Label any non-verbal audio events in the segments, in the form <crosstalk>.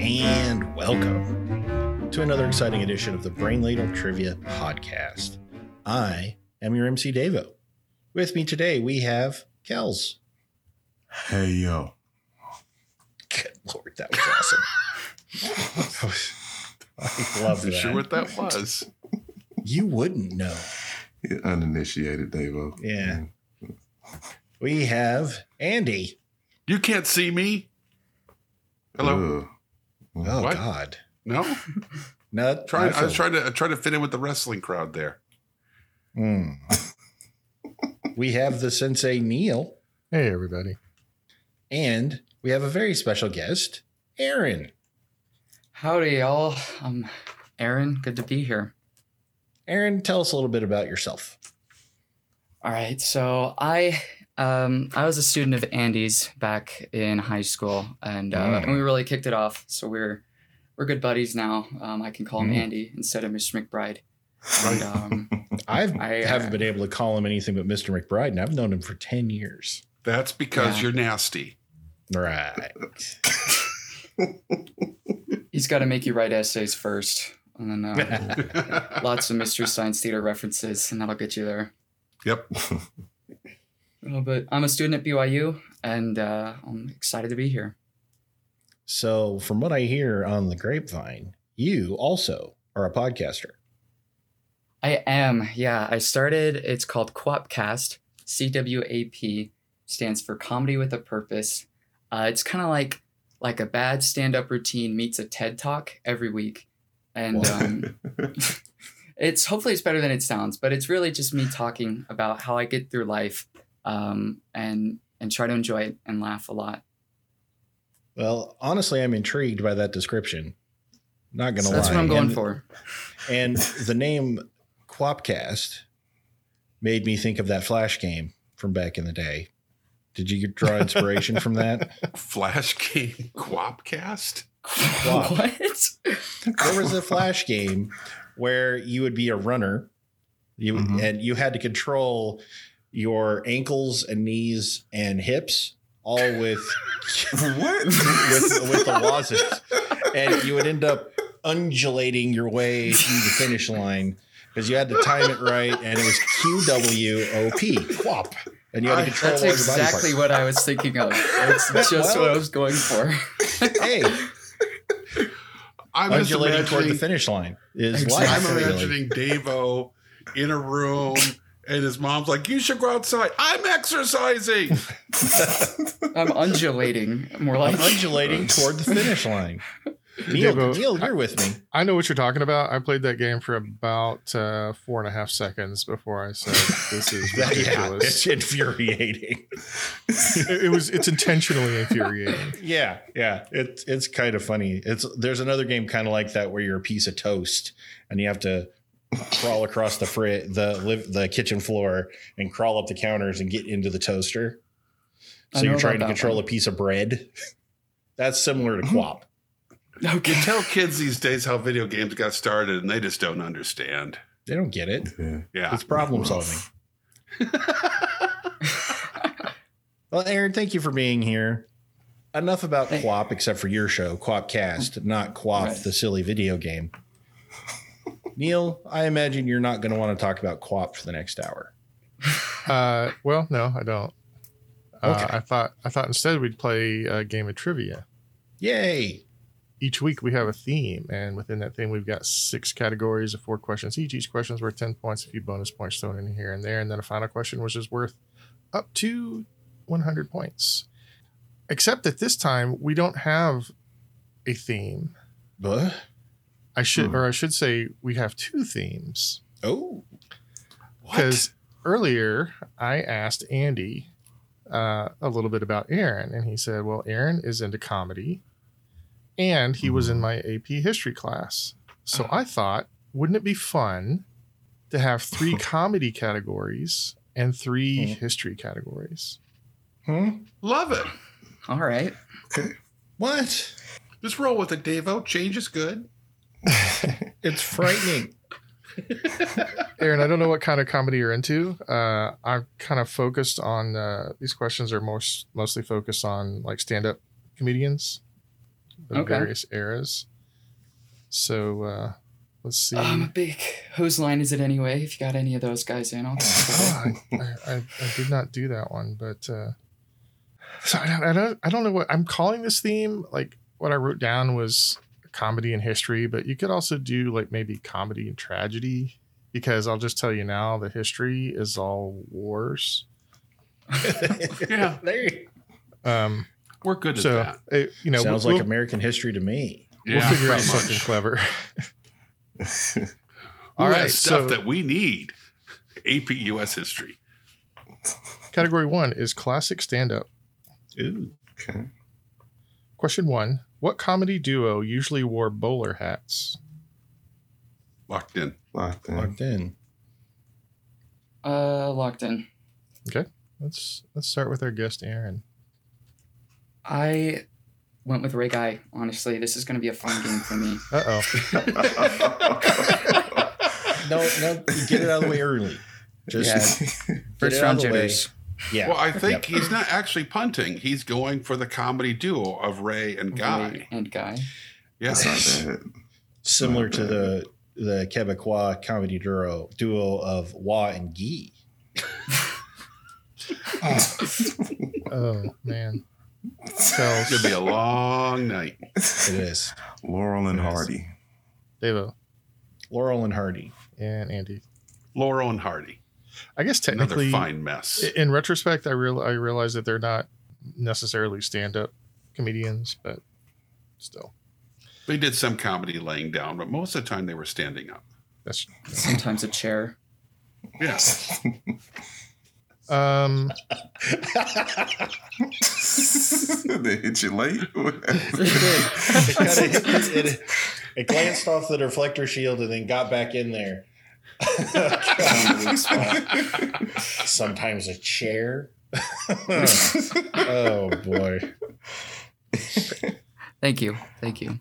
and welcome to another exciting edition of the Brain Ladle Trivia Podcast. I am your MC Davo. With me today, we have Kels. Hey yo. <laughs> Good lord, that was <laughs> awesome. That was- I love I'm that. sure what that was. you wouldn't know. You're uninitiated, Davo. Mm. Yeah. We have Andy. You can't see me. Hello. Ugh. Oh What? God. no, No, trying. I feel- was trying to I tried to fit in with the wrestling crowd there. Mm. we have the sensei Neil, Hey, everybody. and we have a very special guest, Aaron. Howdy, y'all. I'm Aaron. Good to be here. Aaron, tell us a little bit about yourself. All right. So I um, I was a student of Andy's back in high school, and uh, Mm. and we really kicked it off. So we're we're good buddies now. Um, I can call him Mm. Andy instead of Mr. McBride. Right. <laughs> And, um, I've, I, uh, haven't been able to call him anything but Mr. McBride, and I've known him for 10 years. That's because Yeah. you're <laughs> nasty. <laughs> <laughs> Right. he's got to make you write essays first, and <laughs> then uh, yep. lots of mystery science theater references, and that'll get you there. <laughs> Oh, but I'm a student at BYU, and uh, I'm excited to be here. so, from what I hear on the grapevine, you also are a podcaster. I am. Yeah, I started. It's called Quapcast. C W A P stands for Comedy with a Purpose. Uh, it's kind of like like a bad stand-up routine meets a TED Talk every week, and Wow. um, <laughs> <laughs> it's hopefully it's better than it sounds. But it's really just me talking about how I get through life, um, and and try to enjoy it and laugh a lot. Well, honestly, I'm intrigued by that description. Not going to So lie. that's what I'm going And- for. <laughs> And the name Quapcast made me think of that Flash game from back in the day. Did you draw inspiration from that? Flash game Quapcast. Wow. <laughs> what? There was a Flash game where you would be a runner, you Mm-hmm. Mhm. and you had to control your ankles and knees and hips all with <laughs> what? with, with the lozenge, and you would end up undulating your way to the finish line because you had to time it right, and it was Q W O P quap, and you had to control That's all exactly your body what I was thinking of. It's <laughs> just Well- what I was going for. parts. Hey, I'm just undulating imagining, toward the finish line is Exactly. life. I'm really. <laughs> imagining Davo in a room. And his mom's like, "You should go outside. I'm <laughs> exercising." I'm undulating, more like. I'm undulating toward the finish line. Neil, Dave, uh, Neil, you're with me. I know what you're talking about. I played that game for about uh, four and a half seconds before I said, "This is That- <laughs> yeah, ridiculous." it's infuriating. it, it was. It's intentionally infuriating. <laughs> Yeah, yeah, it's it's kind of funny. It's there's another game kind of like that where you're a piece of toast and you have to crawl across the fri- the live the kitchen floor and crawl up the counters and get into the toaster. So I know you're about trying to that control one. a piece of bread. That's similar <clears throat> to Quap. You Okay. tell kids these days how video games got started, and they just don't understand. They don't get it. Yeah. <laughs> Yeah, It's problem solving. <laughs> Well, Aaron, thank you for being here. Enough about Thank- Quap, except for your show, Quapcast, not Quap, Right. the silly video game. Neil, I imagine you're not going to want to talk about Quap for the next hour. Uh, well, no, I don't. Uh, Okay. I thought. I thought instead we'd play a game of trivia. Yay! Each week we have a theme, and within that theme we've got six categories of four questions each. Each question's worth ten points, a few bonus points thrown in here and there, and then a final question which is worth up to 100 points. Except that this time we don't have a theme. Buh. I should, Hmm. or I should say, we have two themes Oh, because earlier I asked Andy uh, a little bit about Aaron, and he said, "Well, Aaron is into comedy, and he was in my AP history class." So I thought, wouldn't it be fun to have three comedy categories and three Mhm. history categories? hmm? love it. All right. What? Just roll with it, Davo. Change is good. It's frightening. <laughs> Aaron, I don't know what kind of comedy you're into. Uh, I'm kind of focused on uh, these questions are most mostly focused on like stand up comedians. of Okay. various eras. So uh, let's see. Oh, I'm a big. Whose line is it anyway? If you got any of those guys in, I'll. Oh, <laughs> I, I, I, I did not do that one, but uh, so I don't, I don't I don't know what I'm calling this theme. Like what I wrote down was comedy and history, but you could also do like maybe comedy and tragedy because I'll just tell you now the history is all wars. Yeah. <laughs> there you Um, We're good at so that. it, you know Sounds we'll, like American history to me. we'll figure out pretty something much. clever. Who <laughs> All has right, stuff so that we need. <laughs> AP US history. category one is classic stand-up. Ooh. okay. Question one What comedy duo usually wore bowler hats? Locked in. Locked in. Locked in. Uh, locked in. Let's let's start with our guest Aaron. I went with Ray Guy. Honestly, this is going to be a fun game for me. Uh oh. <laughs> No, no, get it out of the way <laughs> early. Just Get it First out round of the way. jitters. yeah. Well, I think Yep. he's not actually punting. He's going for the comedy duo of Ray and Guy. Ray and Guy. Yeah. That's not bad. Similar to the the Quebecois comedy duo duo of Wah and Guy. Oh man. It's going to Tells be a long night. It is <laughs> Laurel and Yes. Hardy. Devo Laurel and <laughs> Hardy. and Andy. Laurel and Hardy. I guess Another technically, fine mess. i- in retrospect, I real I realize that they're not necessarily stand-up comedians, but still, They did some comedy laying down, but most of the time they were standing up. that's Sometimes a chair. Yes. um. <laughs> they hit you late. <laughs> it, kinda, it, it glanced off the deflector shield and then got back in there. <laughs> Sometimes a chair. <laughs> oh boy. Thank you. Thank you.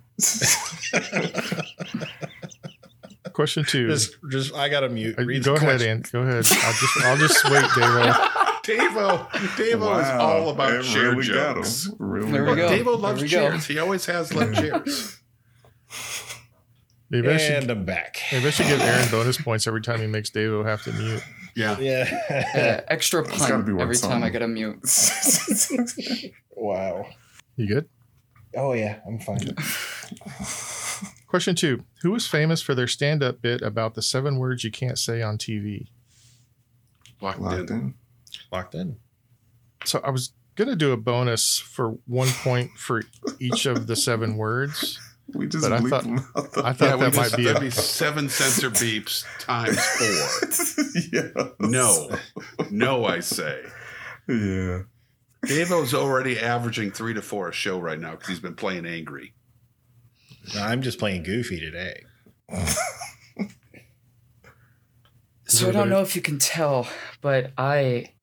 Question <laughs> two. Just, just I gotta mute. Uh, Read the go ahead, question. Andy. Go ahead. I'll just I'll just wait, <laughs> Devo. Davo, Davo is Wow. all about It chair really got jokes. 'em. Really There we got go. 'em. Davo loves we go. chairs. He always has loved chairs. Maybe I should And I'm back. maybe I should give Aaron bonus points every time he makes Devo have to mute. <laughs> Yeah. Yeah. Uh, extra It's gotta pun be worth every time I something. get a mute. <laughs> wow. You good? Oh yeah, I'm fine. Question two Who was famous for their stand up bit about the seven words you can't say on TV? <laughs> Locked, Locked in. in. Locked in. So I was going to do a bonus for one point for each of the seven words. We just But I bleeped thought- them out. I The- thought Yeah, we that just, might be that'd a, be seven sensor beeps times four. <laughs> yeah. No. No, I say. Yeah. Davo's already averaging three to four a show right now because he's been playing angry. No, I'm just playing goofy today. So I don't know if you can tell, but I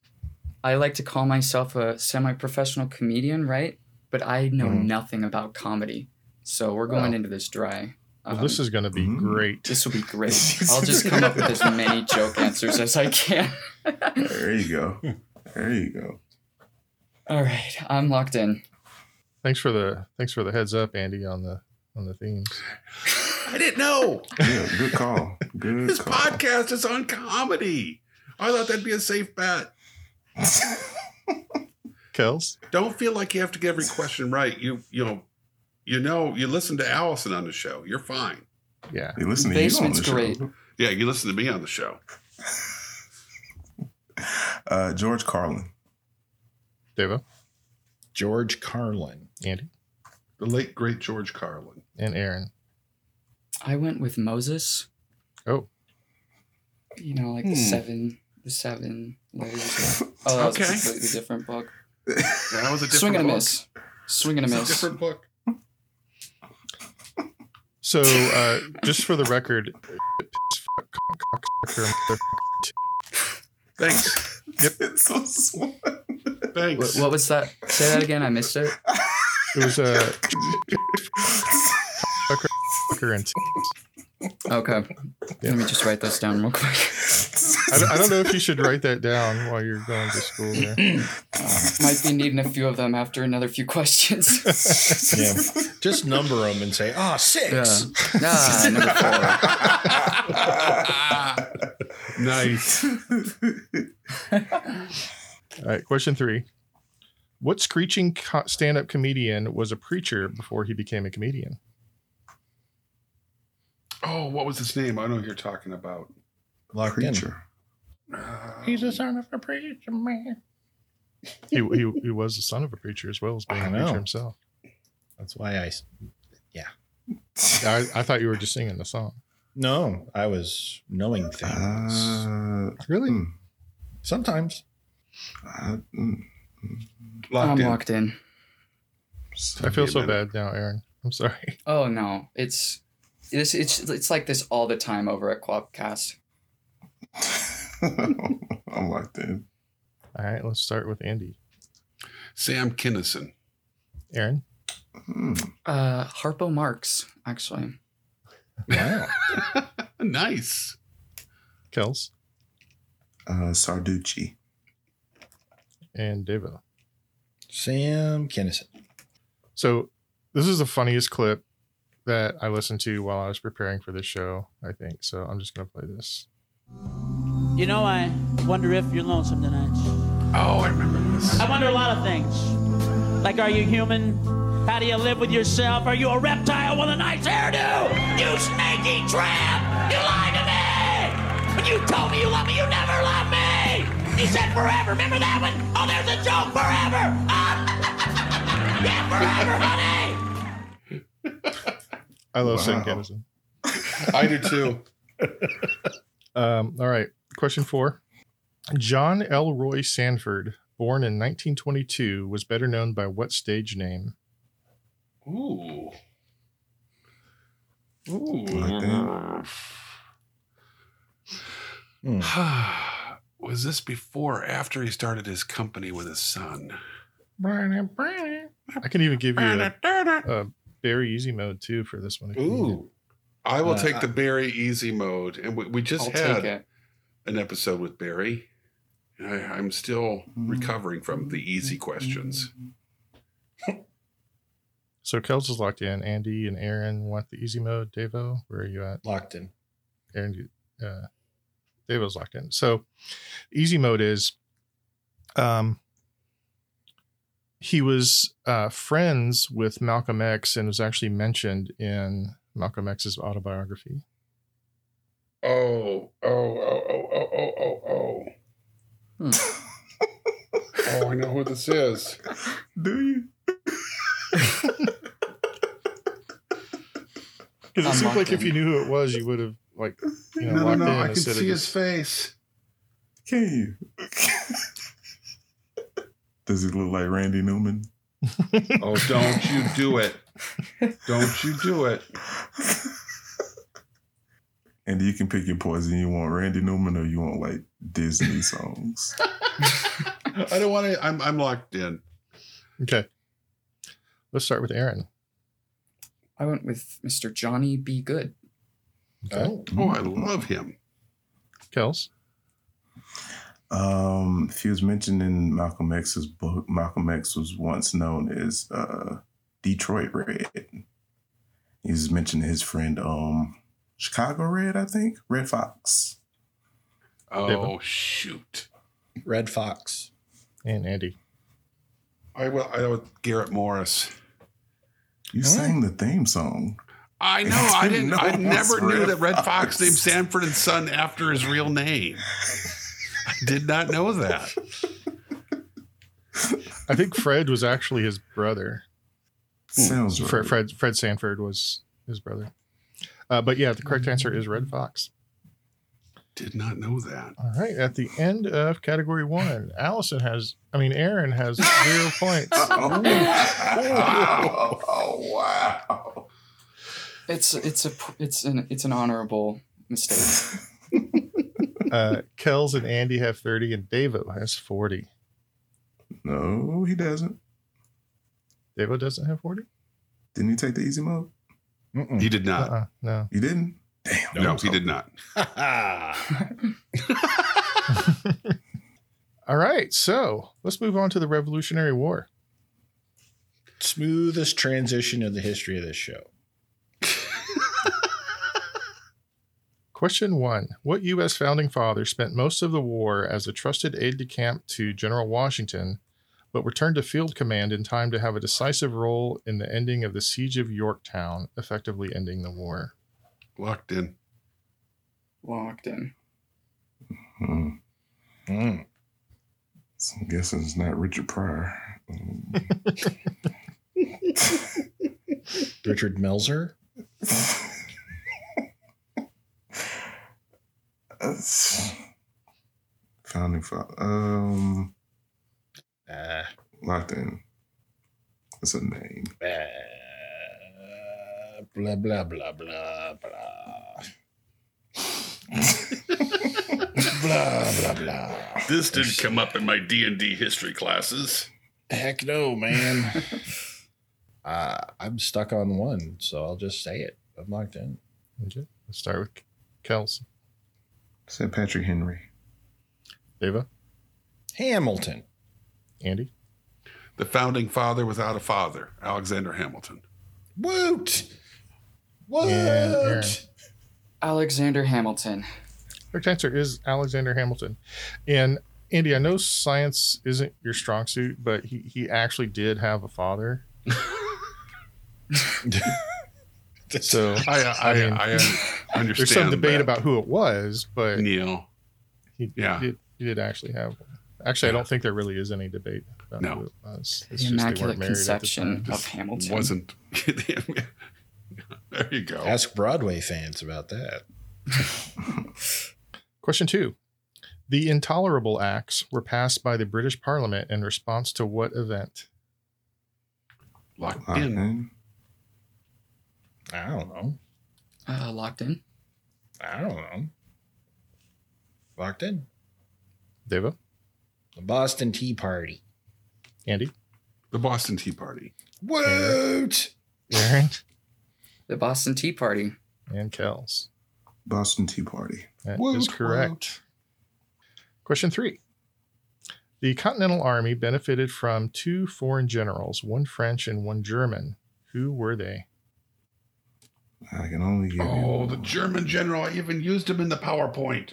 I like to call myself a semi-professional comedian, right? But I know Mhm. nothing about comedy. So we're going Oh. into this dry. well, Um, this is going to be Mm-hmm. Mm. <laughs> great. this will be great. I'll just come up with as many joke answers as I can. <laughs> There you go. There you go. All right, I'm locked in. Thanks for the thanks for the heads up, Andy, on the on the themes. I didn't know. Yeah. Good call. Good This call. podcast is on comedy. I thought that'd be a safe bet. Kels, Don't feel like you have to get every question right. You you know you know you listen to Allison on the show. You're fine. yeah, They listen to Basement's you on the great. show. Yeah, you listen to me on the show. Uh, George Carlin. Devo, George Carlin. Andy, The late great George Carlin. and Aaron. I went with Moses. Oh. You know, like Hmm. the seven, the seven <laughs> layers. Oh, that's Okay. a completely different book. That was a different Swing and a book. miss. Swing and a It's a miss. different book. So uh, just for the record, <laughs> Thanks. Yep. <laughs> It's so small. <laughs> Thanks. What, what was that? Say that again. I missed it. it was uh, a <laughs> and <laughs> Okay. Let me just write this down real quick. I don't, I don't know if you should write that down while you're going to school. There. Might be needing a few of them after another few questions. <laughs> Yeah. Just number them and say, ah, six. Ah, number four. nice. All right, question three: What screeching co- stand-up comedian was a preacher before he became a comedian? Oh, what was his name? I know who you're talking about. Locked Creature. Uh, son of a preacher man. He, he he was the son of a preacher as well as being I a know. preacher himself. That's why I. s- I, I thought you were just singing the song. No, I was knowing things. Uh, Really? mm, Sometimes. uh, <laughs> mm. locked I'm in. locked in. I feel so Wait a minute. bad now, Aaron. I'm sorry. <laughs> Oh no, it's this. It's it's like this all the time over at Quapcast. I'm locked in. All right, let's start with Andy. Sam Kinnison. Aaron, Mm. Uh, Harpo Marx, actually. <laughs> Wow. <laughs> nice. Kels, Uh, Sarducci. and Devo. Sam Kinnison. So this is the funniest clip that I listened to while I was preparing for this show. I think so. I'm just gonna play this. You know, I wonder if you're lonesome tonight. Oh, I remember this. I wonder a lot of things. Like, are you human? How do you live with yourself? Are you a reptile with a nice hairdo? You snaky tramp! You lied to me! When you told me you loved me, you never loved me! You said forever. Remember that one? Oh, there's a joke forever! <laughs> Ah. yeah, forever, honey! I love Wow. Sam Kennison. I do too. Um, all right, question four. John Elroy Sanford, born in 1922, was better known by what stage name? Ooh. Ooh. Locked Hmm. <sighs> Was this before or after he started his company with his son? I can even give you a, a very easy mode too for this one. if you need it. Ooh. I will Uh, take I- the Barry easy mode. And we, we just I'll take had it. an episode with Barry. And I, I'm still recovering from the easy questions. So Kels is locked in. Andy and Aaron want the easy mode. Devo, where are you at? Locked in. Aaron, you- uh, Devo's locked in. So easy mode is, um, he was uh, friends with Malcolm X and was actually mentioned in Malcolm X's autobiography. Oh, oh, oh, oh, oh, oh, oh, oh. <laughs> oh, I know who this is. Do you? Because it I'm seems locked like if in. you knew who it was, you would have like you know no, no, locked no. in. I can instead of see his just- face. Can you? Does he look like Randy Newman? Oh, don't you do it. Don't you do it. And you can pick your poison. You want Randy Newman or you want like Disney songs? I don't want to. I'm, I'm locked in. Okay, let's start with Aaron. I went with Mr. Johnny B. Good. Oh. Oh, I love him. Kels, Um, if he was mentioned in Malcolm X's book, Malcolm X was once known as uh, Detroit Red. He's mentioned his friend um, Chicago Red, I think, Red Fox. Oh, shoot. Red Fox. and Andy. I will. I was Garrett Morris. You Huh? sang the theme song. <laughs> I know. I I didn't didn't. know I it was never knew Red that Red Fox. Fox. named Sanford and Son after his real name. I did not know that. I think Fred was actually his brother. Sounds right. Fred, Fred Fred Sanford was his brother. Uh, but yeah, the correct answer is Red Fox. Did not know that. All right, at the end of category one, Allison has, I mean, Aaron has zero points. <laughs> Oh, wow. Oh, wow. It's it's a pr- it's an it's an honorable mistake. Uh, Kells and Andy have 30, and Davo has 40. No, he doesn't. Davo doesn't have 40? Didn't he take the easy mode? Mm-mm. <laughs> He did Uh not. uh no. You didn't? Damn. No, he did not. Ha, ha. All right, so let's move on to the Revolutionary War. Smoothest transition in the history of this show. Question one What U.S. founding father spent most of the war as a trusted aide de camp to General Washington, but returned to field command in time to have a decisive role in the ending of the Siege of Yorktown, effectively ending the war? Locked in. Locked in. Hmm. Mm. So I'm guessing it's not Richard Pryor. <laughs> Um, Richard Melzer. that's- founding father. Um, Uh, locked in. That's a name. uh, blah blah blah blah blah. blah blah blah. This didn't come up in my D and D history classes. Heck no, man. <laughs> uh, I'm stuck on one, so I'll just say it. I'm locked in. Okay, Let's start with Kels. Said Patrick Henry. Deva, Hamilton. Andy, The founding father without a father, Alexander Hamilton. Woot! Woot! Yeah, Aaron. Alexander Hamilton. Correct answer is Alexander Hamilton. And Andy, I know science isn't your strong suit, but he, he actually did have a father. <laughs> So I I, I, I mean, I understand. <laughs> there's some debate that. about who it was, but Neil. he, yeah. did, he did actually have one. Actually, I don't think there really is any debate about No. who it was. The It's just they weren't Immaculate married at the Conception time. of Hamilton. Wasn't. <laughs> there you go. Ask Broadway fans about that. Question two. The Intolerable Acts were passed by the British Parliament in response to what event? Locked Locked in. in. I don't know. Uh, locked in. I don't know. Locked in. Deva, The Boston Tea Party. Andy, The Boston Tea Party. Woot! Aaron, The Boston Tea Party. and Kells. Boston Tea Party. That is Woot, correct. Question three. The Continental Army benefited from two foreign generals, one French and one German. Who were they? I can only give Oh, you the German general! I even used him in the PowerPoint.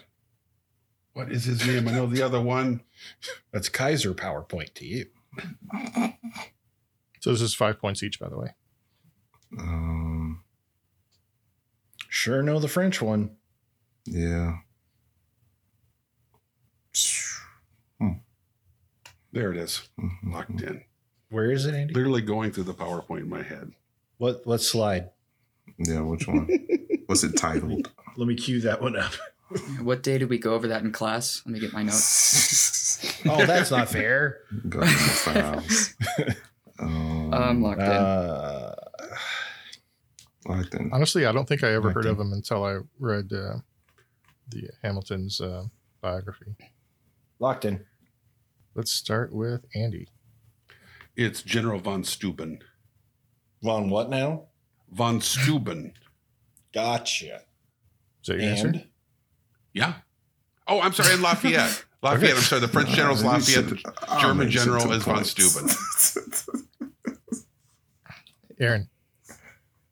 What is his name? I know the other one. That's Kaiser PowerPoint to you. So this is five points each, by the way. Um, Sure know the French one. yeah. There it is. Locked Mm-hmm. in. Where is it, Andy? Literally going through the PowerPoint in my head. What what slide? Yeah, <laughs> which one? What's it titled? Let me cue that one up. What day did we go over that in class? Let me get <laughs> my <laughs> notes. <laughs> Oh, that's not fair. Go to my files. Um, <laughs> Um, locked in. Uh, locked in. Honestly, I don't think I ever Right heard then. of them until I read uh, the Hamilton's uh, biography. locked in. Let's start with Andy. It's General von Steuben. Von what now? Von Steuben. <laughs> Gotcha. Is that your answer? Yeah. Oh, I'm sorry. And <laughs> Lafayette. Lafayette. I'm sorry. The French general's Oh, you should- Lafayette. oh, German man, you should general took is von points. Aaron,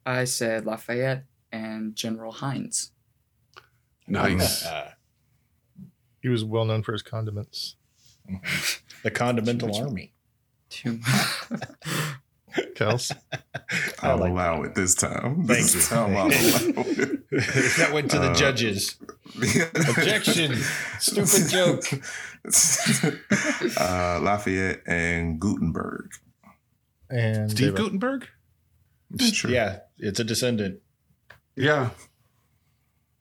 I said Lafayette and General Hines. <laughs> Nice. Uh, he was well known for his condiments. the Condimental Army. Two. Kels, I <laughs> I'll like allow it this time. Thank <laughs> This you. is <laughs> how I'll allow it. <laughs> that went to the Uh, judges. <laughs> Objection. Stupid joke. uh, Lafayette and Gutenberg. and Steve Deva. Gutenberg? It's true. Yeah, it's a descendant Yeah.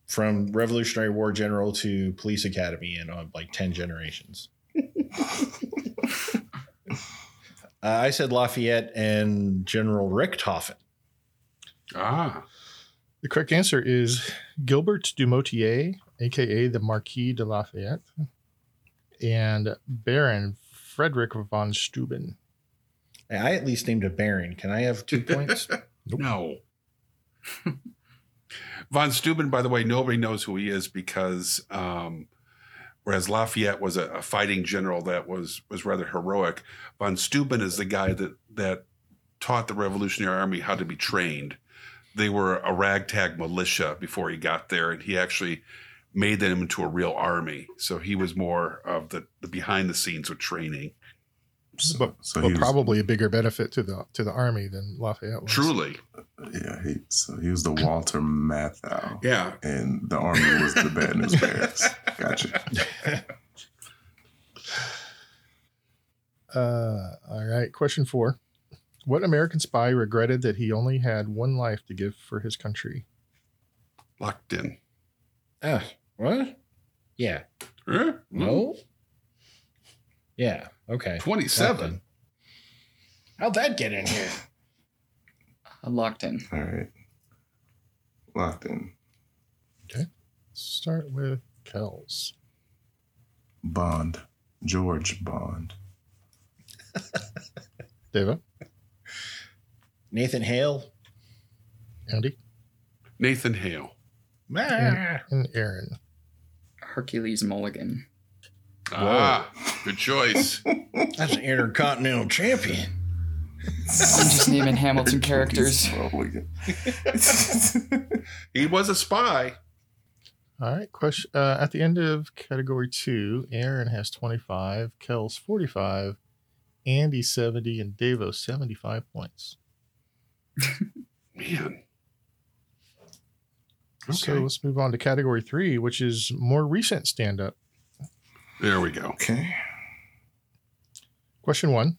from Revolutionary War general to police academy in uh, like 10 generations. Uh, I said Lafayette and General Richthofen. Ah. The correct answer is Gilbert Dumotier, aka the Marquis de Lafayette, and Baron Frederick von Steuben. I at least named a baron. Can I have two <laughs> points? No. von Steuben, by the way, nobody knows who he is because um, Whereas Lafayette was a, a fighting general that was was rather heroic. Von Steuben is the guy that that taught the Revolutionary Army how to be trained. They were a ragtag militia before he got there, and he actually made them into a real army. So he was more of the, the behind the scenes with training. So, But- so but he was, probably a bigger benefit to the to the army than Lafayette was. Truly, yeah, he so he was the Walter Matthau, yeah. and the army was the bad news bears. Gotcha. Uh, all right. Question four: What American spy regretted that he only had one life to give for his country? Locked in. Ah, what? Yeah. Huh? No. Yeah. Okay. Twenty-seven. How'd that get in here? I'm locked in. All right, locked in. Start with Kells. Bond, George Bond, Deva, Nathan Hale. Andy, Nathan Hale. Ah. and Aaron. Hercules Mulligan. Ah, <laughs> good choice. That's an intercontinental champion. I'm just naming <laughs> Hamilton characters. Mulligan. he was a spy. All right. Question uh, at the end of category two, Aaron has twenty-five, Kells forty-five, Andy seventy, and Devo seventy-five points. Man. So let's move on to category three, which is more recent stand-up. There we go. Okay, Question one.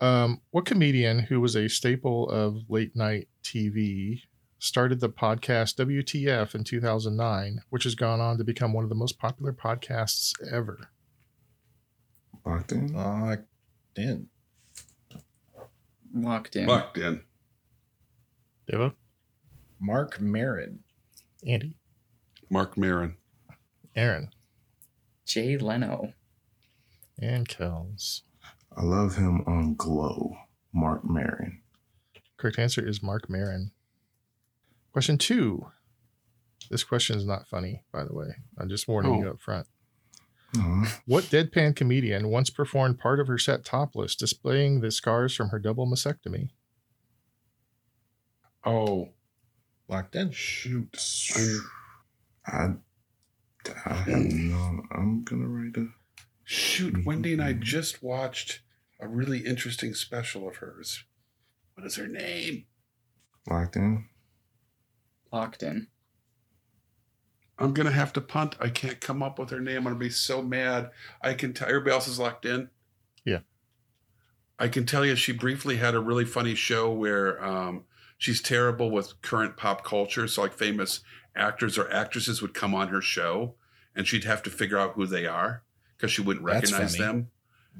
Um, what comedian who was a staple of late night TV started the podcast WTF in 2009, which has gone on to become one of the most popular podcasts ever? locked in. Locked in. Locked in. Locked in. Devo, Mark Marin. Andy, Mark Marin. Aaron, Jay Leno. and Kells. I love him on Glow. Mark Maron. Correct answer is Mark Marin. Question two. This question is not funny, by the way. I'm just warning Oh. you up front. Aw, What deadpan comedian once performed part of her set topless, displaying the scars from her double mastectomy? Oh, Locked in. shoot. I'm- I, I have no. I'm gonna write a. shoot. Wendy and I just watched a really interesting special of hers. What is her name? Locked in. Locked in. I'm gonna have to punt. I can't come up with her name. I'm gonna be so mad. I can tell everybody else is locked in. Yeah. I can tell you she briefly had a really funny show where um, she's terrible with current pop culture. So like famous actors or actresses would come on her show and she'd have to figure out who they are because she wouldn't That's recognize funny. them.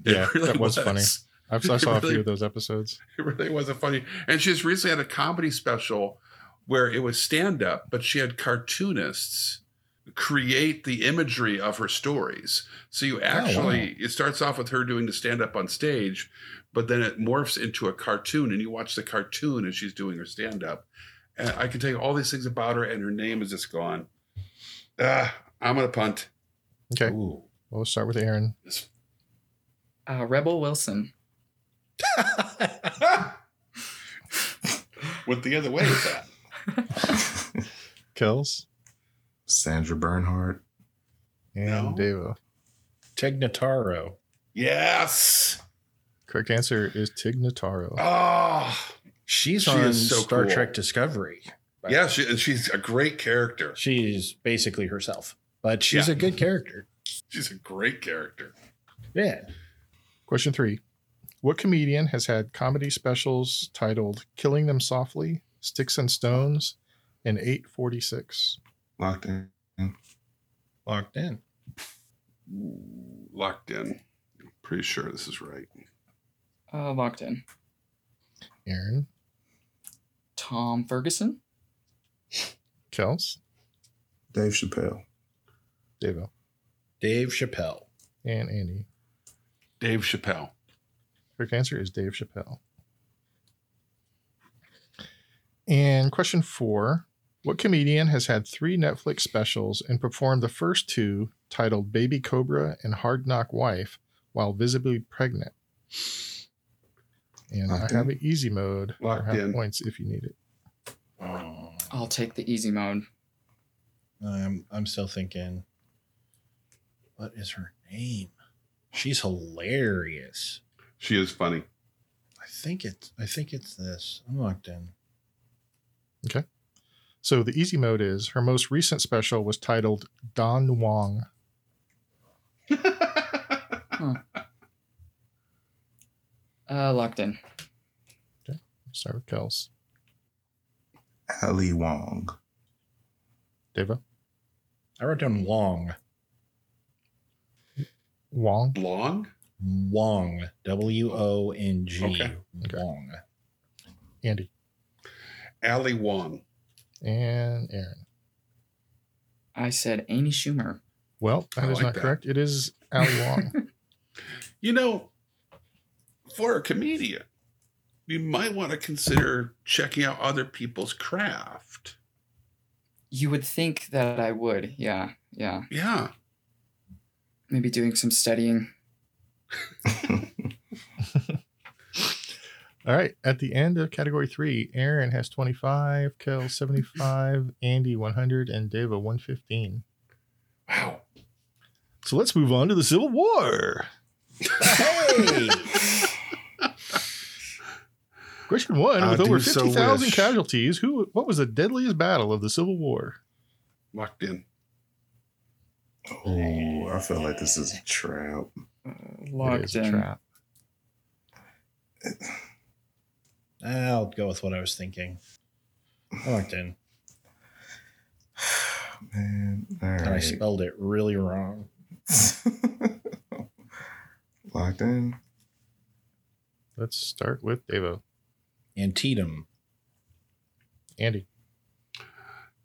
Yeah, that was funny. <laughs> I've, I saw a few Really? of those episodes. It really wasn't funny. And she just recently had a comedy special where it was stand up, but she had cartoonists create the imagery of her stories. So you actually, it starts off with her doing the stand up on stage, but then it morphs into a cartoon and you watch the cartoon as she's doing her stand up. And I can tell you all these things about her, and her name is just gone. Ah, I'm going to punt. Okay. Ooh. <laughs> Well, let's start with Aaron. Uh, Rebel Wilson. Went the other way with that. Kells Sandra Bernhardt. and No. Devo. Tegnataro. Yes. Correct answer is Tig Notaro. Oh, She's She on is so Star cool. Trek Discovery. yeah. She, and she's a great character. She's basically herself, but she's Yeah. a good character. She's a great character. Yeah. Question three. What comedian has had comedy specials titled Killing Them Softly, Sticks and Stones, and 846? Locked in. Locked in. Locked in. Pretty sure this is right. Uh, locked in. Aaron, Tom Ferguson. Kells, Dave Chappelle. Devo, Dave Chappelle. and Andy. Dave Chappelle. Correct answer is Dave Chappelle. And question four What comedian has had three Netflix specials and performed the first two, titled Baby Cobra and Hard Knock Wife, while visibly pregnant? And Locked I have in. an easy mode for Locked half in. points if you need it. Oh, I'll take the easy mode. I'm I'm still thinking. What is her name? She's hilarious. She is <laughs> funny. I think it's I think it's this. I'm locked in. So the easy mode is her most recent special was titled Don Wong. Uh, locked in. Start with Kels. Ali Wong. Deva. I wrote down Wong. Wong. Long? Wong. W O N G. Okay. Okay. Wong. Andy. Ali Wong. And Aaron. I said Amy Schumer. Well, that I is like not that. correct. It is <laughs> Ali Wong. You know, for a comedian, you might want to consider checking out other people's craft. You would think that I would. Yeah, yeah. Yeah. Maybe doing some studying. All right. At the end of category three, Aaron has 25, Kel 75, Andy 100, and Deva 115. Wow. So let's move on to the Civil War. Hey! Question one I With do over so 50,000 wish. casualties, who? what was the deadliest battle of the Civil War? Locked in. Oh, I feel like this is a trap. <sighs> Uh, It locked is a in. trap. I'll go with what I was thinking. I locked in. Man, all And I right. spelled it really wrong. <laughs> Locked in. Let's start with Devo. Antietam. Andy.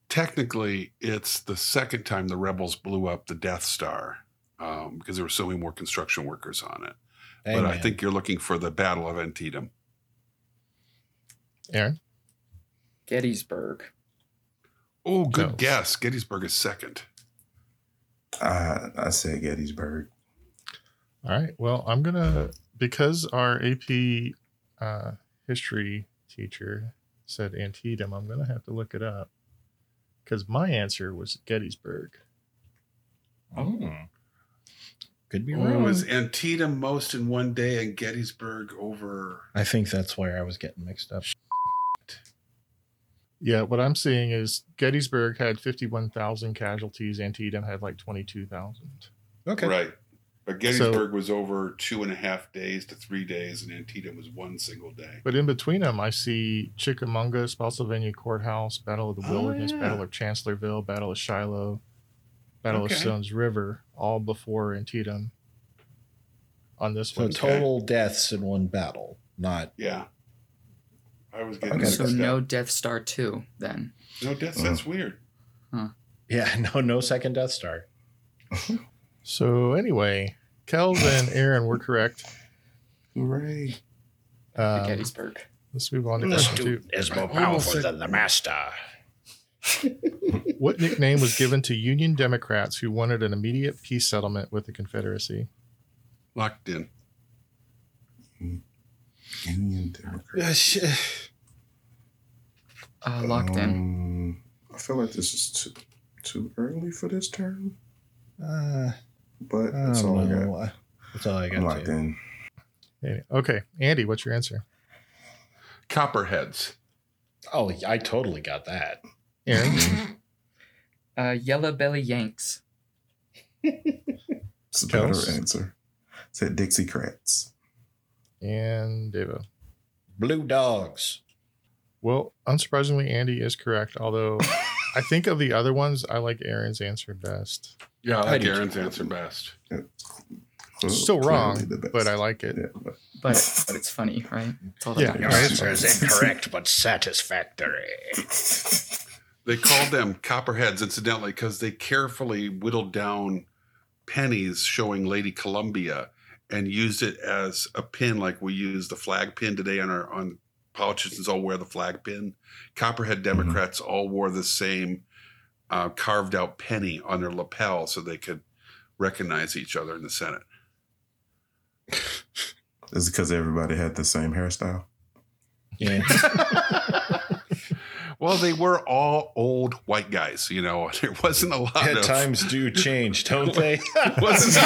Technically, it's the second time the rebels blew up the Death Star um, because there were so many more construction workers on it. Hey, but I man. think you're looking for the Battle of Antietam. Aaron. Gettysburg. Oh, good No. guess. Gettysburg is second. I I said Gettysburg. All right. Well, I'm going to, because our AP uh, history teacher said Antietam, I'm going to have to look it up because my answer was Gettysburg. Oh. Could be Oh, It wrong. was Antietam most in one day and Gettysburg over. I think that's where I was getting mixed up. Yeah, what I'm seeing is Gettysburg had 51,000 casualties. Antietam had like 22,000. Okay. Right. But Gettysburg was over two and a half days to three days, and Antietam was one single day. But in between them, I see Chickamauga, Spotsylvania Courthouse, Battle of the Oh, Wilderness, yeah. Battle of Chancellorville, Battle of Shiloh, Battle Okay. of Stones River, all before Antietam on this So one. total deaths in one battle, not <laughs> Yeah. I was getting Okay. So mixed no up. Death Star two then. no deaths. That's weird. yeah, no, no second Death Star. So anyway, Kells and Aaron were correct. Hooray. The Um, Gettysburg. let's move on to question two. is more powerful than the master. What nickname was given to Union Democrats who wanted an immediate peace settlement with the Confederacy? Locked in. Union Democrat. Uh, locked in. Um, I feel like this is too too early for this term, Uh, but I that's all don't I know. got. That's all I I'm got. locked too. in. Okay, Andy, what's your answer? Copperheads. Oh, I totally got that. Aaron, <laughs> Uh, Yellow Belly Yanks. It's a Tell better us. answer. Said Dixiecrats. and Devo. Blue dogs. Well, unsurprisingly, Andy is correct. Although I think of the other ones, I like Aaron's answer best. Yeah, I I like do Aaron's answer best. Cl- Still clearly wrong, the best. but I like it. Yeah, but- But, but it's funny, right? It's all that Yeah. matters. Your answer <laughs> is incorrect, but satisfactory. They called them copperheads, incidentally, because they carefully whittled down pennies showing Lady Columbia and used it as a pin, like we use the flag pin today on our on politicians all wear the flag pin. Copperhead Democrats all wore the same uh, carved out penny on their lapel so they could recognize each other in the Senate. Is it because everybody had the same <laughs> hairstyle? Yeah. <laughs> Well, they were all old white guys, you know. <laughs> There wasn't a lot Yeah, of times do change, don't they? wasn't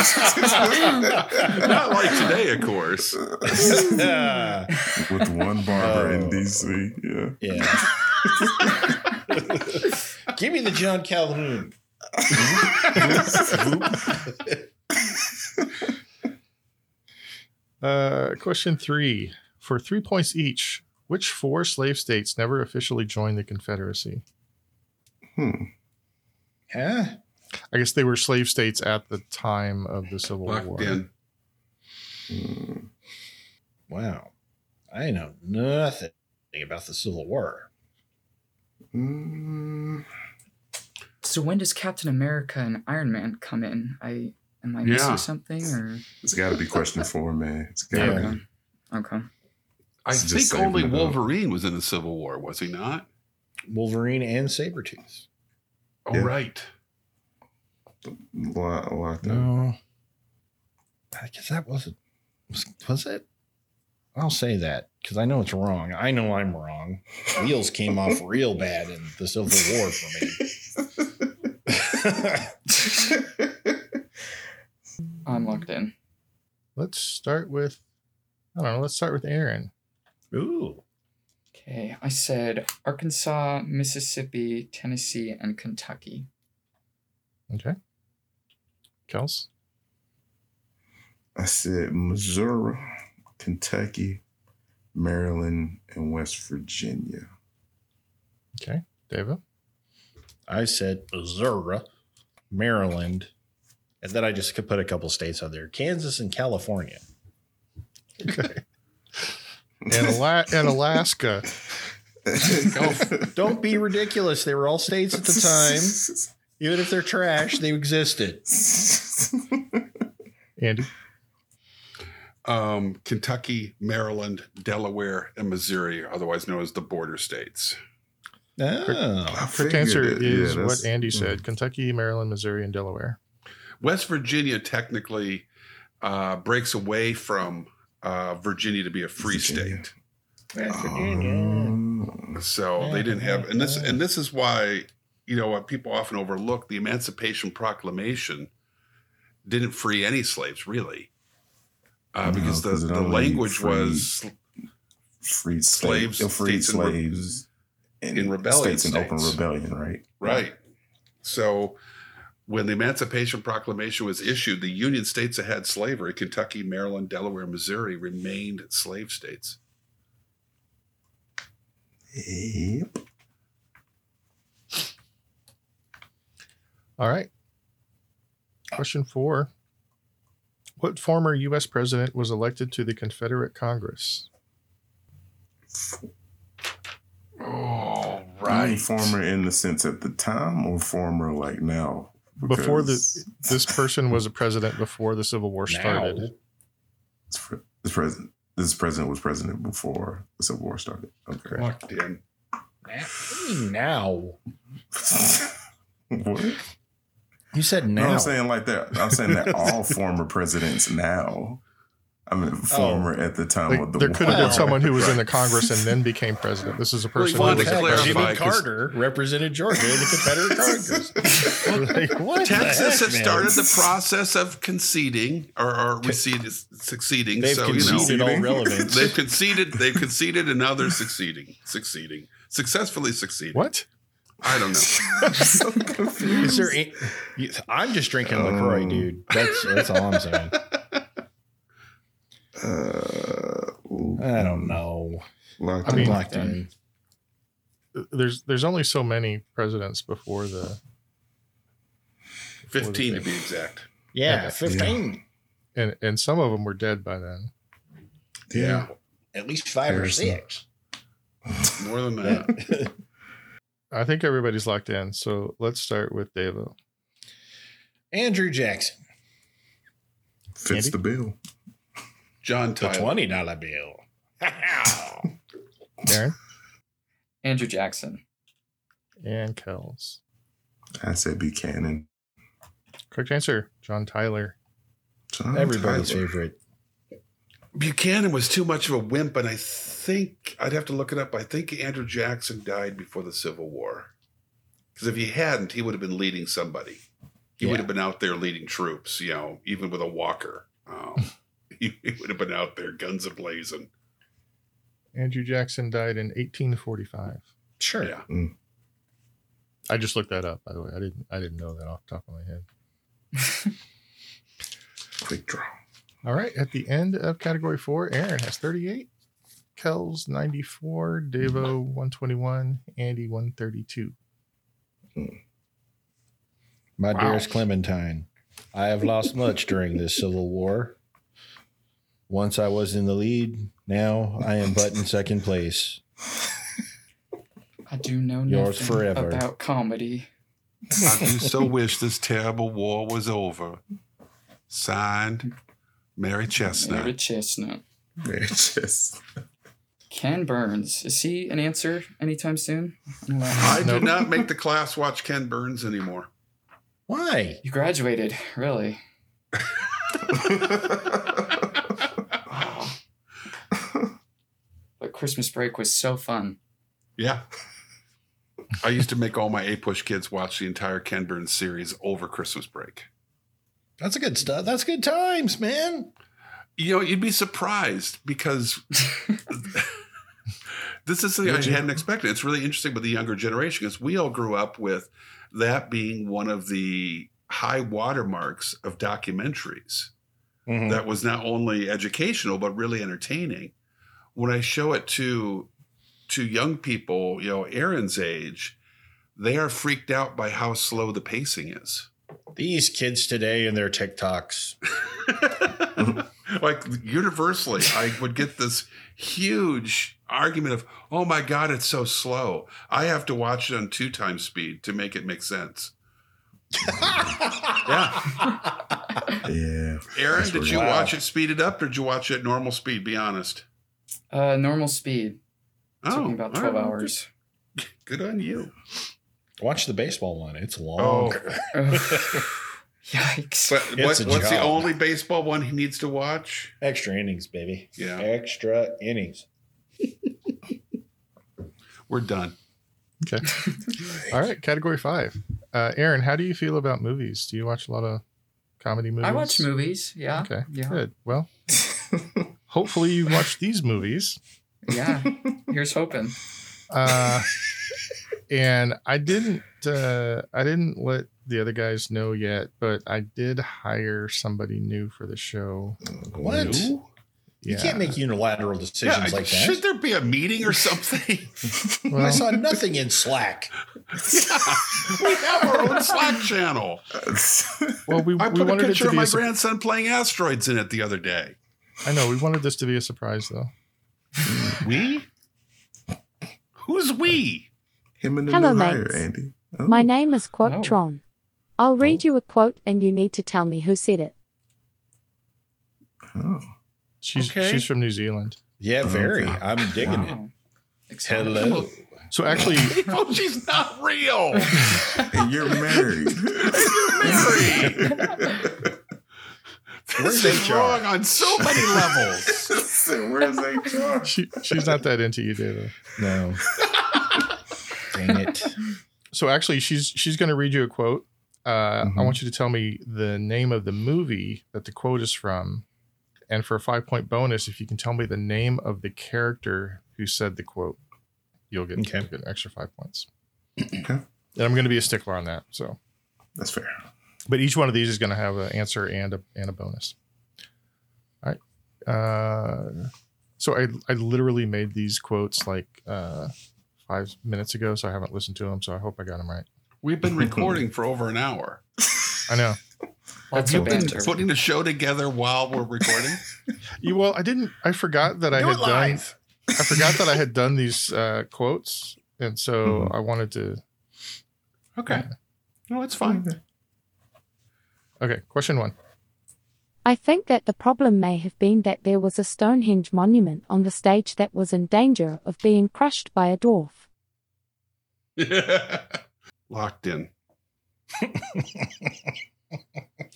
<laughs> <laughs> not like today, of course. yeah. With one barber in Oh. DC. <laughs> Yeah. Give me the John Calhoun. Uh, question three. For three points each, which four slave states never officially joined the Confederacy? Hmm. Huh? I guess they were slave states at the time of the Civil War. Locked in. Hmm. Wow. I know nothing about the Civil War. Hmm. So when does Captain America and Iron Man come in? I am I Yeah. missing something or It's got to be question four, man. It's got to Yeah. be. okay? I It's just think only saving it up. Wolverine was in the Civil War, was he not? Wolverine and Sabretooth. Oh, Yeah. right. Lock, locked up. No. Oh, I guess that wasn't. Was, was it? I'll say that because I know it's wrong. I know I'm wrong. Wheels came <laughs> off real bad in the Civil War for me. I'm locked in. Let's start with, I don't know, let's start with Aaron. Ooh. Okay, I said Arkansas, Mississippi, Tennessee, and Kentucky. Okay. Kels? I said Missouri, Kentucky, Maryland, and West Virginia. Okay. David? I said Missouri, Maryland, and then I just could put a couple states on there: Kansas and California. Okay. <laughs> and, Ala- and Alaska. <laughs> Don't be ridiculous. They were all states at <laughs> the time, even if they're trash, they existed. <laughs> Andy? Um, Kentucky, Maryland, Delaware, and Missouri, otherwise known as the border states. Oh, Correct answer is what mm. Andy hmm. said Kentucky, Maryland, Missouri, and Delaware. West Virginia technically uh, breaks away from uh, Virginia to be a free Virginia. state. Um, So they didn't have, and this and this is why you know what people often overlook: the Emancipation Proclamation didn't free any slaves really, uh, No, because the, 'cause it the only language was freed Slaves, slaves, freed states in re- slaves and in rebellion states in open states. rebellion, right? Right. So when the Emancipation Proclamation was issued, the Union states that had slavery, Kentucky, Maryland, Delaware, and Missouri, remained slave states. Yep. All right. Question four What former U.S. president was elected to the Confederate Congress? Oh, You mean Former in the sense at the time or former like now? Before the Because this person was a president before the Civil War started. it's pre- this president, this president was president before the Civil War started. Okay. <laughs> Locked in. now what? you said No, now. I'm saying like that. I'm saying <laughs> that all former presidents now. I mean, former Oh. at the time Like, of the there could have been war. <laughs> someone who was in the Right. Congress and then became president. This is a Well, he person wanted who to was Heck, clarify, Jimmy 'cause- Carter represented Georgia in the Confederate Congress. <laughs> like, <laughs> what? Texas the heck, had man? started the process of conceding or, or receded, succeeding. They've so, you conceded know, all relevance. they've conceded, they've conceded, and now they're succeeding, succeeding, successfully succeeding. What? I don't know. I'm so confused. Is there? Any, you- I'm just drinking Lacroix, Um. dude. That's that's all I'm saying. Uh, I don't know. Locked I I'm mean- locked in. There's there's only so many presidents before the 15 to be exact. Yeah, Yeah. fifteen. and and some of them were dead by then. Yeah. At least five or There's no- six. More than that. I think everybody's locked in. So let's start with Devo. Andrew Jackson, fits Andy? the bill. John the <laughs> Tyler. twenty dollar bill. Darren Andrew Jackson. and Kells. I said Buchanan. Correct answer, John Tyler. John Everybody's Tyler. favorite. Buchanan was too much of a wimp, But I think I'd have to look it up. I think Andrew Jackson died before the Civil War. Because if he hadn't, he would have been leading somebody. He Yeah. would have been out there leading troops, you know, even with a walker. <laughs> Um, he, he would have been out there, guns a blazing. Andrew Jackson died in 1845. Sure. Yeah. I just looked that up, by the way. I didn't. I didn't know that off the top of my head. Quick draw. <laughs> All right. At the end of category four, Aaron has 38, Kells 94, Devo 121, Andy 132. My Wow. dearest Clementine, I have lost much during this civil war. Once I was in the lead, now I am but in second place. I do know Yours nothing forever. about comedy. I do so wish this terrible war was over. Signed, Mary Never Chestnut. Chestnut. Very just. Ken Burns. Is he an answer anytime soon? No. I do Nope. not make the class watch Ken <laughs> Burns <laughs> anymore. Why? You graduated, really? But Christmas break was so fun. Yeah. <laughs> I used to make all my A Push kids watch the entire Ken Burns series over Christmas break. That's a good stuff. That's good times, man. You know, you'd be surprised because <laughs> this is something I hadn't expected. It's really interesting with the younger generation because we all grew up with that being one of the high watermarks of documentaries Mm. Mhm. that was not only educational but really entertaining. When I show it to to young people, you know, Aaron's age, they are freaked out by how slow the pacing is. <laughs> These kids today and their TikToks. like universally, I would get this huge argument of, "Oh my god, it's so slow. I have to watch it on two times speed to make it make <laughs> sense." yeah, Yeah. <laughs> Aaron, That's did really- you Wow. watch it speeded up, or did you watch it at normal speed? Be honest. Uh, normal speed. Took me about Oh, all 12 right. hours. Good on you. Watch the baseball one. It's long. Oh, <laughs> <laughs> Yikes. but what, what's a the job. only baseball one he needs to watch? Extra innings, baby. Yeah. Extra innings. We're done. Okay. All right. Category five. Uh, Aaron, how do you feel about movies? Do you watch a lot of comedy movies? I watch movies. Yeah. Okay. Yeah. Good. Well, hopefully you watch these movies. Yeah. Here's hoping. Uh, and I didn't. Uh, I didn't let the other guys know yet, but I did hire somebody new for the show. What? You can't make unilateral decisions Yeah, like that. Should there be a meeting <laughs> or something? <laughs> I Well, saw nothing in Slack. we have our own Slack channel. well, we, I we put a wanted it picture to of be. my A sur- grandson playing asteroids in it the other day. I know we wanted this to be a surprise, though. We? <laughs> Who's we? Him and the Hello, new hire, mates. Andy. Oh, My name is No. Quotron. I'll read you a quote and you need to tell me who said it. oh. She's Okay. she's from New Zealand. Yeah, very. Okay. I'm digging it. Wow. Exciting. Hello. So actually, <laughs> Oh, she's <laughs> not real. And you're married. Mary. Where's This is HR? wrong on so many <laughs> levels. So Where's HR? she, she's not that into you, David. No. <laughs> Dang it. So actually, she's she's going to read you a quote. Uh, I Mhm. want you to tell me the name of the movie that the quote is from, and for a five point bonus, if you can tell me the name of the character who said the quote, you'll get, Okay. you'll get an extra five points. Okay. And I'm going to be a stickler on that. So, That's fair. but each one of these is going to have an answer and a and a bonus. All right. Uh, so I I literally made these quotes like uh, five minutes ago, so I haven't listened to them. So I hope I got them right. We've been recording for over an hour. I know. Lots You've of been banter. putting the show together while we're recording. <laughs> You, well, I didn't. I forgot that I Do had it done. live. I forgot that I had done these uh, quotes, and so I wanted to. Okay. No, it's fine. Okay, question one. I think that the problem may have been that there was a Stonehenge monument on the stage that was in danger of being crushed by a dwarf. <laughs> Locked in. <laughs>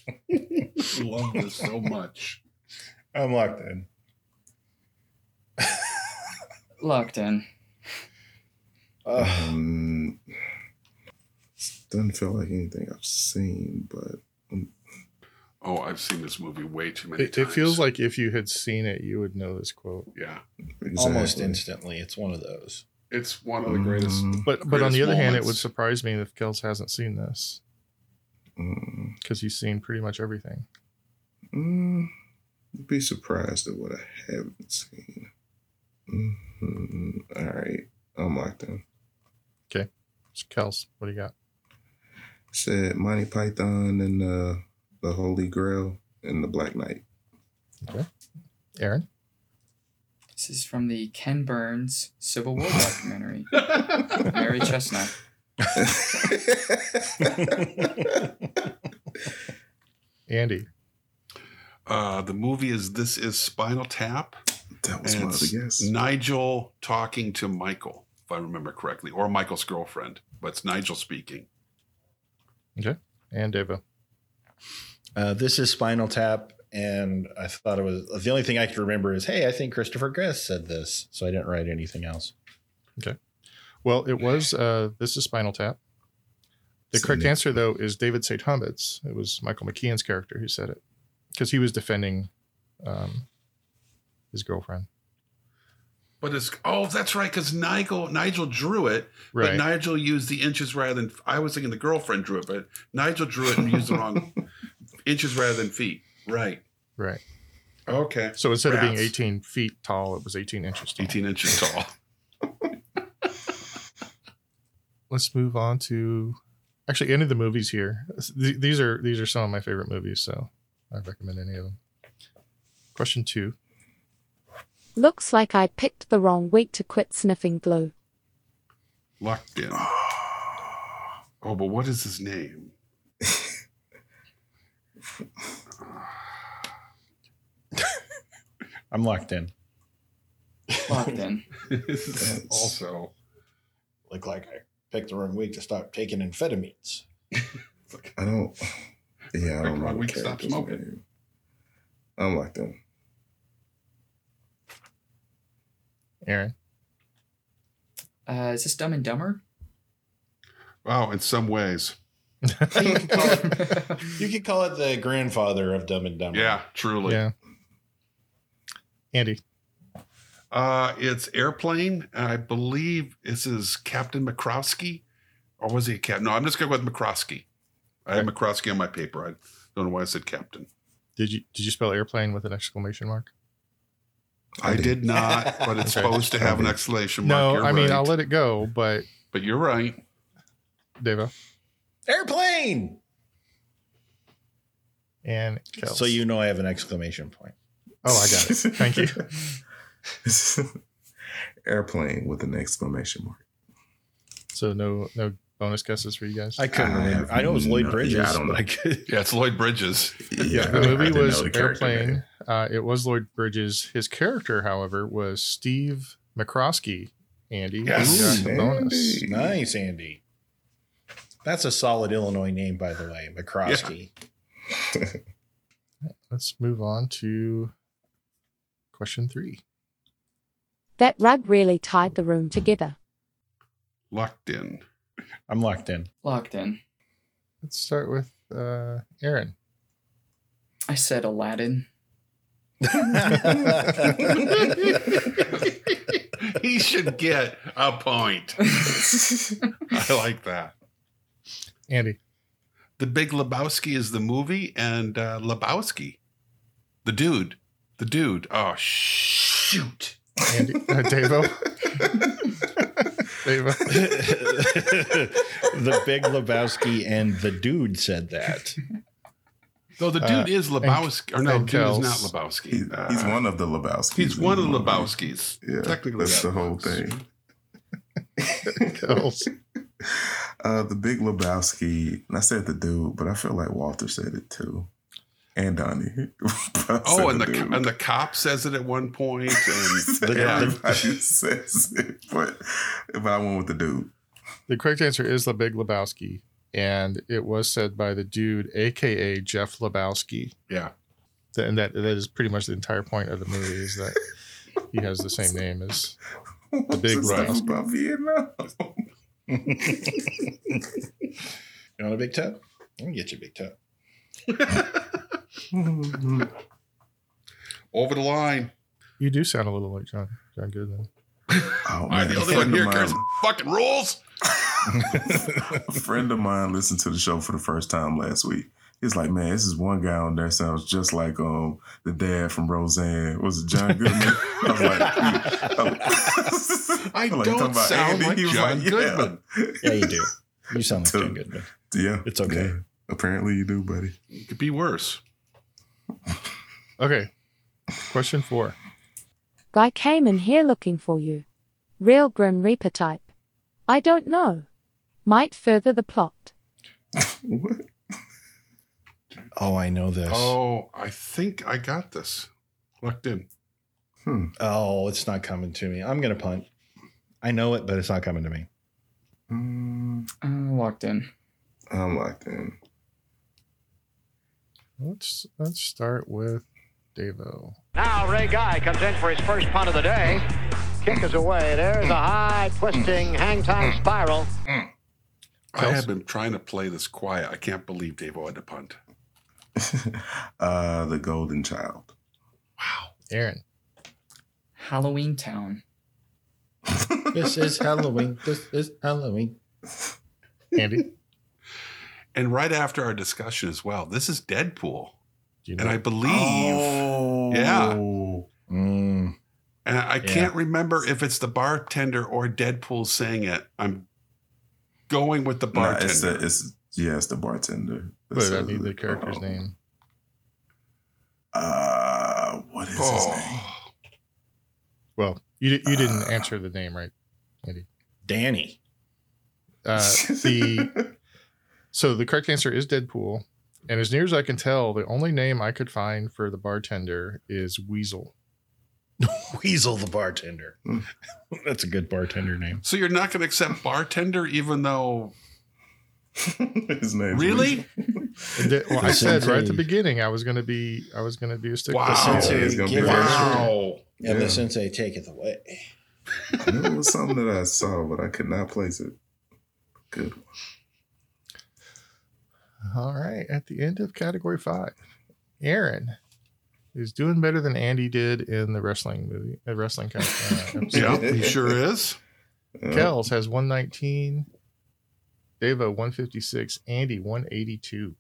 Love this so much. I'm locked in. Locked in. Um, doesn't feel like anything I've seen, but Oh, I've seen this movie way too many It, it times. feels like if you had seen it, you would know this quote. yeah, Almost Exactly. instantly. It's one of those. it's one of the greatest. Mm, But but on the Greatest other hand, it moments. would surprise me if Gels hasn't seen this mm, because he's seen pretty much everything. mm. You'd be surprised at what I haven't seen. Mhm. All right, I'm locked in. Kels, what do you got? Said Monty Python and uh, the Holy Grail and the Black Knight. Aaron? This is from the Ken Burns Civil War documentary. Mary Chestnut. Andy. Uh, the movie is This Is Spinal Tap. that was And my other it's guess. Nigel talking to Michael, if I remember correctly, or Michael's girlfriend, but it's Nigel speaking. And Devo. Uh, this is Spinal Tap, and I thought it was the only thing I could remember is, hey, I think Christopher Guest said this, so I didn't write anything else. Well, it was uh, this is Spinal Tap. The Seen correct it. answer though is David St. Humbits. It was Michael McKean's character who said it because he was defending um, his girlfriend. But it's oh, that's right, because Nigel Nigel drew it, but Right. Nigel used the inches rather than I was thinking the girlfriend drew it, but Nigel drew it and used the wrong inches rather than feet. Right. right. Okay. So instead of Rats. being 18 feet tall, it was 18 inches tall. 18 inches tall. Let's move on to actually any of the movies here. Th- These are these are some of my favorite movies, so I recommend any of them. Question two. Looks like I picked the wrong week to quit sniffing glue. Locked in. Oh, but what is his name? <laughs> I'm locked in. Locked in. That's- Also, Look like I picked the wrong week to stop taking amphetamines. I don't. Yeah, I Like, don't know. why the we stop character's smoking? name. I'm locked in. Aaron. Uh, is this Dumb and Dumber? Wow, in some ways. You could call it the grandfather of Dumb and Dumber. Yeah, truly. <laughs> yeah. Andy. Uh, it's Airplane. I believe this is Captain McCroskey, or was he a captain? No, I'm just going to go with McCroskey. I had McCroskey on my paper. I don't know why I said captain. Did you did you spell airplane with an exclamation mark? I, did. <laughs> not, but it's Okay. supposed to have an Okay. exclamation mark. No, You're I mean right. I'll let it go, but But you're right. Devo Airplane. and Kels. So you know I have an exclamation point. Oh, I got it. Thank you. <laughs> Airplane with an exclamation mark. So no no bonus guesses for you guys. I couldn't I have remember. I know it was Lloyd Ah, no- yeah, Bridges, I don't but know. I could. Yeah, it's Lloyd Bridges. yeah, I the didn't movie know was the character Airplane. name. Uh, it was Lloyd Bridges. His character, however, was Steve McCroskey. Andy, you Yes. got the Ooh, bonus. Andy. <laughs> Nice, Andy. That's a solid Illinois name, by the way, McCroskey. Let's move on to question three. That rug really tied the room together. Locked in. I'm locked <laughs> in. Locked in. Let's start with uh, Aaron. I said Aladdin. <laughs> he should get a point. Uh, I like that. Andy, The Big Lebowski is the movie, and uh, Lebowski, the dude, the dude. Oh shoot! Andy, uh, Devo, Devo, <laughs> the Big Lebowski and the dude said <laughs> that. Though the Uh, dude is Lebowski, or no, and dude is Kels. not He- Lebowski. Uh, he's one of the Lebowskis. He's one of in the the movie. Lebowskis. Yeah, Technically, that's yeah. the whole thing. Kels. Uh, the Big Lebowski. and I said the dude, but I feel like Walter said it too. and Donnie. <laughs> Oh, and the and the cop says it at one point, and the, yeah. everybody <laughs> says it, but but I went with the dude. The correct answer is The Big Lebowski, and it was said by the dude, aka Jeff Lebowski. yeah, Th- And that that is pretty much the entire point of the movie is that he has the same name as What's <laughs> big this stuff Lebowski. about Vietnam. Oh, You want a big tub? I can get you a big tub. <laughs> over the line. you. Do sound a little like John John Goodman. Oh, Am I man, a the only one friend of here mine- cares fucking rules? a friend of mine listened to the show for the first time last week. He's like, man, this is one guy on there sounds just like um the dad from Roseanne. Was it John Goodman? I was like, I I'm like, <laughs> don't talking about sound Andy. like He was like, John yeah. Goodman. Yeah, you do. You sound like Dude. John Goodman. <laughs> yeah, It's okay. yeah. Apparently you do, buddy. It could be worse. Okay, question four. Guy came in here looking for you. Real Grim Reaper type. I don't know. Might further the plot. What? Oh, I know this. Oh, Oh, I think I got this. Locked in. Hmm. Oh, it's not coming to me. I'm gonna punt. I know it, but it's not coming to me. Mm, Uh, locked in. I'm locked in. <laughs> Let's let's start with Davo. Now Ray Guy comes in for his first punt of the day. Kick is away. There's a high twisting hang time spiral. I have been trying to play this quiet. I can't believe Dave had to punt. uh, the Golden Child. Aaron. Halloween Town. <laughs> This is Halloween. This is Halloween. Andy. Do And right after our discussion as well, this is Deadpool. you know? And I believe, Oh, Yeah. Mm. and I can't remember if it's the bartender or Deadpool saying it. I'm going with the Nah, bartender. it's the it's yeah, it's the bartender. but I It's, need uh, the character's um, name. Uh, what is his name? oh, Well, you di- you didn't Uh. answer the name right, Andy. Danny. Uh, <laughs> <laughs> the So the correct answer is Deadpool. And as near as I can tell, the only name I could find for the bartender is Weasel. Weasel the bartender. <laughs> That's a good bartender name. so you're not going to accept bartender, even though his name. really? And that- well, I said right at the Sensei. beginning I was gonna be I was gonna be a stick. Wow. The Yeah, sensei it's gonna be giveth, very Wow. and Yeah. the sensei taketh away. I knew it was something that I saw, but I could not place it. Good. one. All right, at the end of category five, Aaron is doing better than Andy did in the wrestling movie, uh, wrestling cat- uh, episode. Yeah, he sure is. Uh, Kells has 119, Deva 156, Andy 182.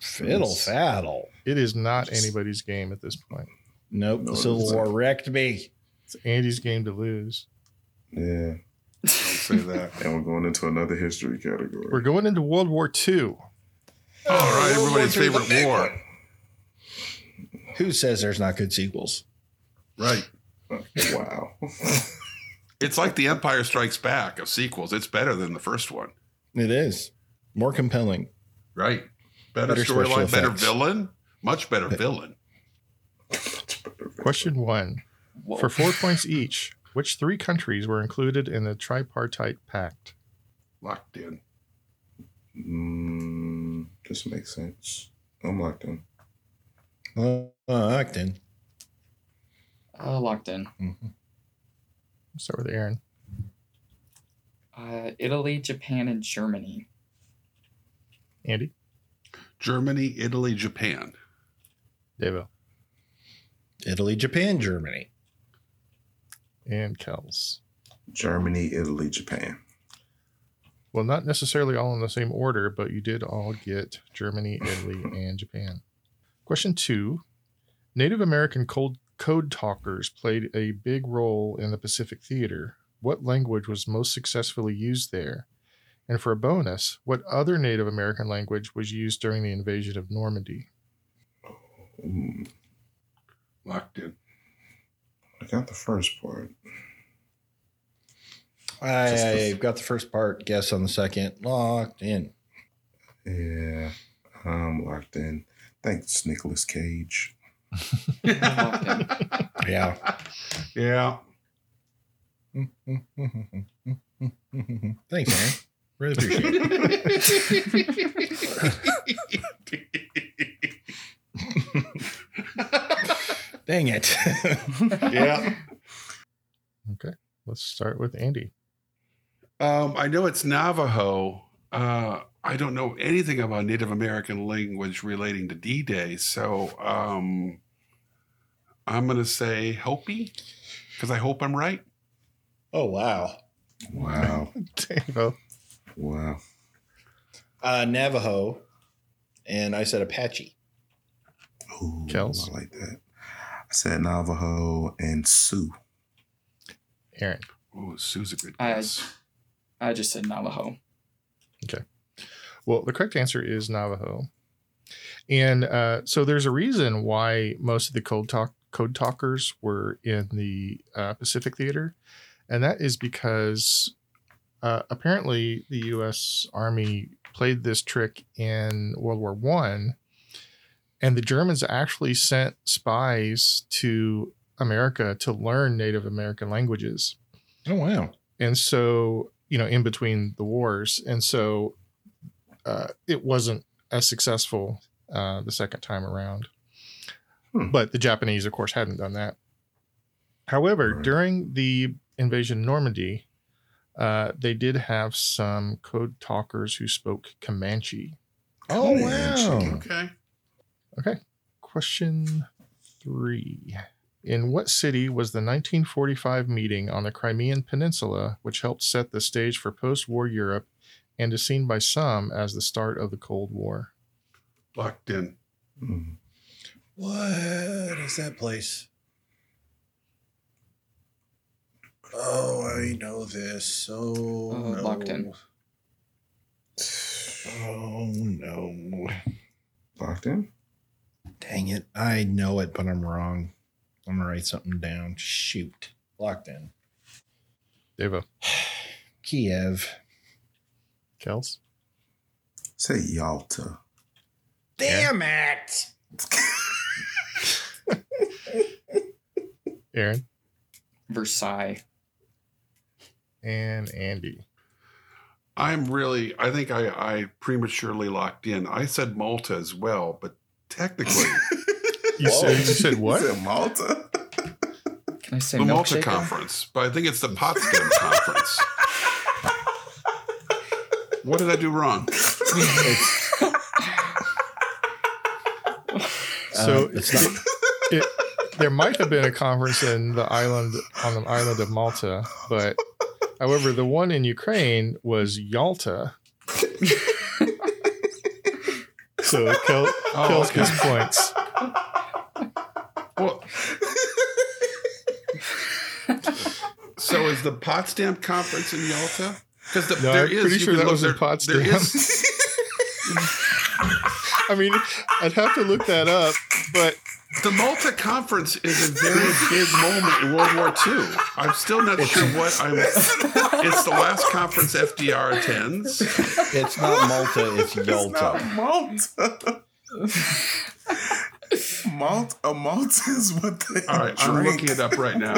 Fiddle faddle. It is not anybody's game at this point. Nope. No, the Civil it's- War wrecked me. It's Andy's game to lose. Uh, Yeah, Don't say that. and we're going into another history category. We're going into World War II. All right, everybody's favorite war. Who says there's not good sequels? Right. Uh, wow. It's like The Empire Strikes Back of sequels. It's better than the first one. It is more compelling. Right. Better, Better special storyline, better effects. villain, much better villain. Question one. For four points each, which three countries were included in the tripartite pact? Locked in. Mm, this makes sense. I'm locked in. Uh, Acton. Uh, locked in. Let's Start with Aaron. Uh, Italy, Japan, and Germany. Andy, Germany, Italy, Japan. Devo, Italy, Japan, Germany. and Kells. Germany, Italy, Japan. Well, not necessarily all in the same order, but you did all get Germany, Italy, and Japan. Question two Native American cold, code talkers played a big role in the Pacific Theater. What language was most successfully used there? And for a bonus, what other Native American language was used during the invasion of Normandy? Mm, Locked in. I got the first part. Just I've the- got the first part. Guess on the second. Locked in. Yeah, I'm locked in. Thanks, Nicolas Cage. Yeah. Yeah. Thanks, man. Really appreciate it. Dang it. Yeah. Let's start with Andy. <laughs> Um, I know it's Navajo. Uh, I don't know anything about Native American language relating to D Day. So um, I'm going to say Hopi because I hope I'm right. Oh wow. Wow. Davo. wow. Uh, Navajo, and I said Apache. Ooh, Kels? I like that. I said Navajo and Sioux. Aaron. Ooh, Sue's a good I- guess. I just said Navajo. Well, the correct answer is Navajo. And uh, so there's a reason why most of the code talk code talkers were in the uh, Pacific Theater, and that is because uh, apparently the U.S. Army played this trick in World War One, and the Germans actually sent spies to America to learn Native American languages Oh wow. and so you know in between the wars and so uh, it wasn't as successful uh, the second time around Hmm. but the japanese of course hadn't done that however Right. during the invasion of normandy uh, they did have some code talkers who spoke comanche Oh Comanche. wow. Okay. question three in what city was the 1945 meeting on the crimean peninsula which helped set the stage for post-war europe and is seen by some as the start of the cold war Locked in. Mm. What is that place? Oh, Mm. I know this. Oh, Uh, no. Lockton. Oh no. Locked in? Dang it. I know it, but I'm wrong. I'm gonna write something down. Shoot. Locked in. devo Kiev. kels Say Yalta. Damn it. aaron Versailles. and andy I'm really, I think I, I prematurely locked in. I said Malta as well, but technically, you, said, you said Oh. <laughs> <laughs> You what said Malta. Can I say the Malta milkshake? conference, but I think it's the Potsdam conference. What did I do wrong? so <laughs> Uh, it's not- it, there might have been a conference in the island on the island of malta but however the one in ukraine was yalta so Kel, Oh, kels gets points Well, so is the Potsdam conference in Yalta? Because the, No, there I'm is- pretty you sure can that look- was in there- there <laughs> Potsdam. is- I mean, I'd have to look that up, but the Malta conference is a very big moment in World War II. I'm still not sure what I'm. It's the last conference FDR attends. it's not Malta, <laughs> it's Yalta. It's not Malta. Malt, a Malta is what they All right, I'm looking it up right now.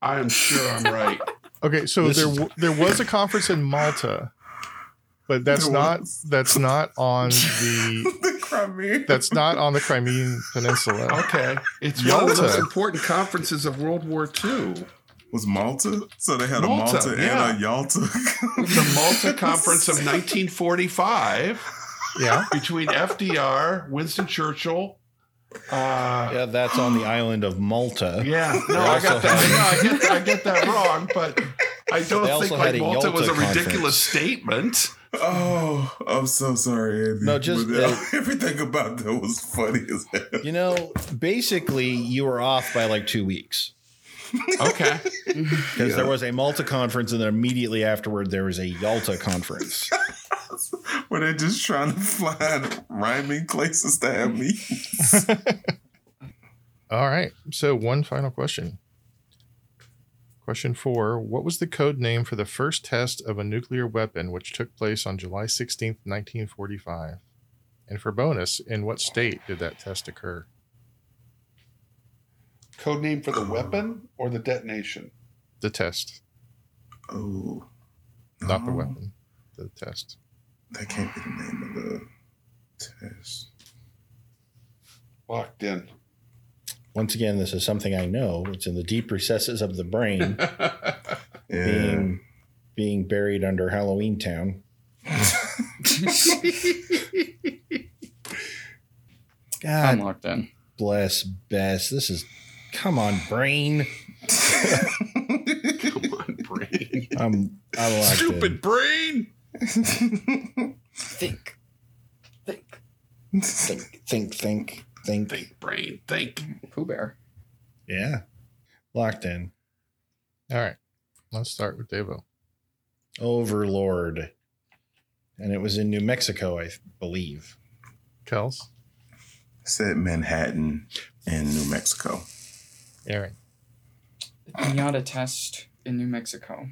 I am sure I'm right. okay. So This there, is- w there was a conference in Malta, but that's There not was. that's not on the <laughs> the Crimea. that's not on the Crimean Peninsula. Okay, it's one of the most Yalta. important conferences of World War II. was Malta. So they had Malta, a Malta yeah. and a <laughs> Yalta. the Malta Conference of 1945 Yeah, between FDR, Winston Churchill. Uh, Yeah, that's on the island of Malta. <laughs> yeah, no, They I also got that. had- no, I, get, I <laughs> get that wrong, but I They don't also think had like a Malta was a Yalta ridiculous statement. oh, I'm so sorry, Andy. No, just But uh, the- <laughs> everything about that was funny as hell. You know, basically, you were off by like two weeks Okay, because there was a Malta conference, and then immediately afterward, there was a Yalta conference. Were they just trying to find rhyming places to have me? All right. So one final question. Question four: What was the code name for the first test of a nuclear weapon, which took place on July sixteenth, nineteen forty-five? And for bonus, in what state did that test occur? Code name for the weapon or the detonation? The test, <laughs> Oh, not the no, weapon. The test. That can't be the name of the test. Locked in. Once again, this is something I know. It's in the deep recesses of the brain, Yeah. being being buried under Halloween Town. <laughs> I'm God locked in. bless Bess. This is come on, brain. <laughs> Come on, <laughs> brain. I'm I'm locked Stupid in. brain. <laughs> Think. Think. Think, think, think, think. Think, brain. Think. Pooh Bear. Yeah, locked in. All right, let's start with Devo. Overlord. And it was in New Mexico, I believe. Kels, said Manhattan in New Mexico. Aaron. Pinata test in New Mexico.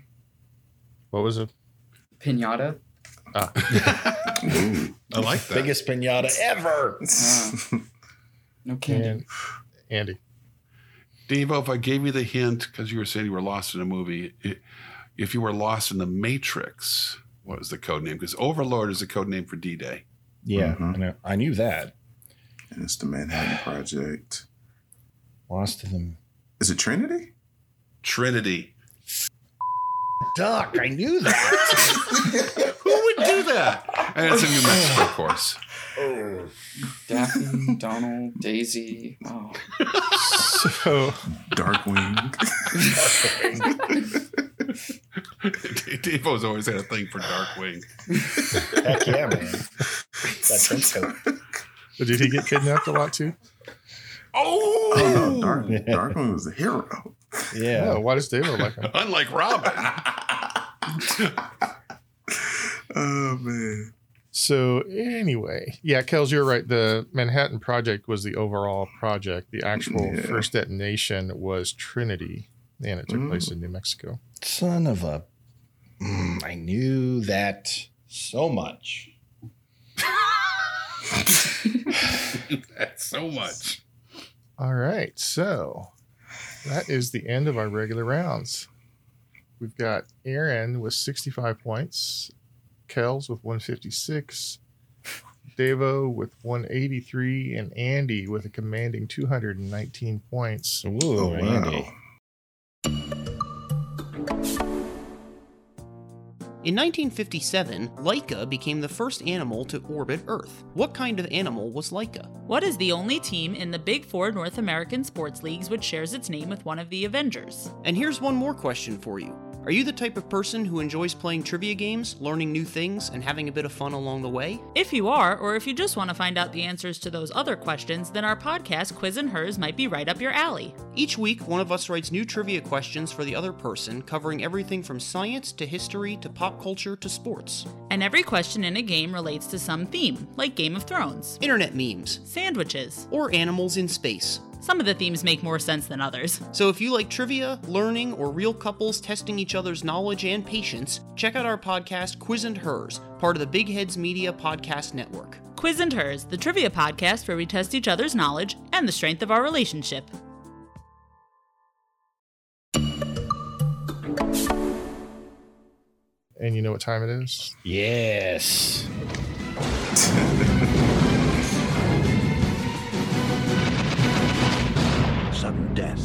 What was it? Pinata? Ooh. I like that. Biggest pinata ever. Ah. No candy. And Andy. Devo, if I gave you the hint because you were saying you were lost in a movie, i- if you were lost in the Matrix, what was the code name? Because Overlord is a code name for D Day. Yeah, Mm-hmm. Mhm. I, know. I knew that. and it's the Manhattan Project. Lost to them. Is it Trinity? Trinity. Duck, I knew that. Who would do that? And it's in New Mexico, of course. <laughs> Daphne, Donald, Daisy. Oh. So Darkwing. Devo's always had a thing for Darkwing. Heck <laughs> yeah, man. That trench coat. did he get kidnapped a lot too? Oh! <laughs> oh no, Dark, Darkwing was a hero. Yeah. No, why does Devo like him? Unlike Robin. Oh man. So anyway, yeah, Kels, you're right. The Manhattan Project was the overall project. The actual Yeah. first detonation was Trinity, and it took Mm. place in New Mexico. Son of a. Mm, I knew that so much. <laughs> That's so much. All right, so that is the end of our regular rounds. We've got Aaron with 65 points, Kels with 156, Devo with 183, and Andy with a commanding 219 points. Ooh, Oh Andy. wow. In 1957, Laika became the first animal to orbit Earth. What kind of animal was Laika? What is the only team in the Big Four North American sports leagues which shares its name with one of the Avengers? And here's one more question for you. Are you the type of person who enjoys playing trivia games, learning new things, and having a bit of fun along the way? If you are, or if you just want to find out the answers to those other questions, then our podcast, Quiz and Hers, might be right up your alley. Each week, one of us writes new trivia questions for the other person, covering everything from science to history to pop culture to sports. And every question in a game relates to some theme, like Game of Thrones, Internet memes, sandwiches. or animals in space. Some of the themes make more sense than others. So if you like trivia, learning, or real couples testing each other's knowledge and patience, check out our podcast Quiz and Hers, part of the Big Heads Media Podcast Network. Quiz and Hers, the trivia podcast where we test each other's knowledge and the strength of our relationship. And you know what time it is? Yes. Sudden death.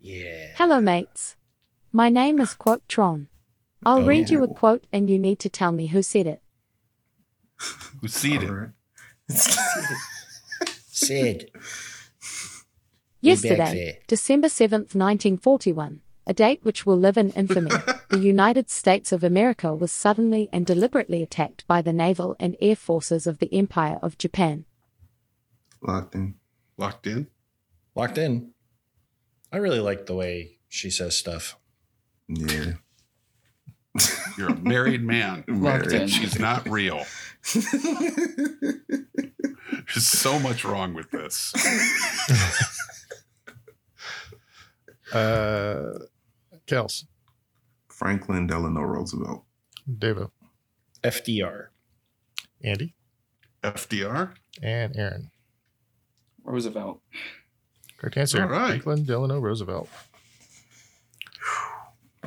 Yeah. Hello, mates. My name is Quote Tron. I'll Oh. read you a quote and you need to tell me who said it. Who seed it? Sid. back there. Yesterday, December 7th, 1941, a date which will live in <laughs> infamy, the United States of America was suddenly and deliberately attacked by the naval and air forces of the Empire of Japan. Locked in. Locked in? Locked in. I really like the way she says stuff. Yeah. You're a <laughs> married man. Locked in. She's not real. <laughs> There's so much wrong with this. Uh, Kels, Uh, Franklin Delano Roosevelt. Devo, FDR. Andy FDR. and Aaron. Roosevelt. Correct answer. All right. Franklin Delano Roosevelt.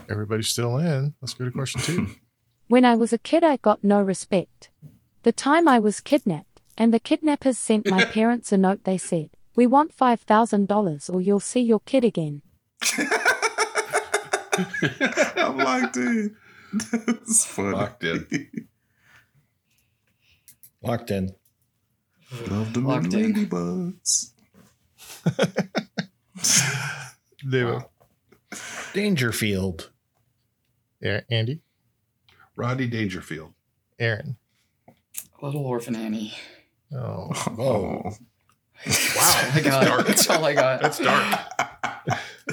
Everybody's still in. Let's go to <laughs> question two. When I was a kid, I got no respect. The time I was kidnapped, and the kidnappers <laughs> sent my parents a note, they said, We want $5,000 or you'll see your kid again. I'm locked in. That's funny. Locked in. Locked in. Love the Locked in. ladybugs. David. Dangerfield. Yeah, Andy. Rodney Dangerfield. Aaron. Little Orphan Annie. <laughs> Oh. Whoa. Wow. I got. dark. That's all I got. That's dark. <laughs>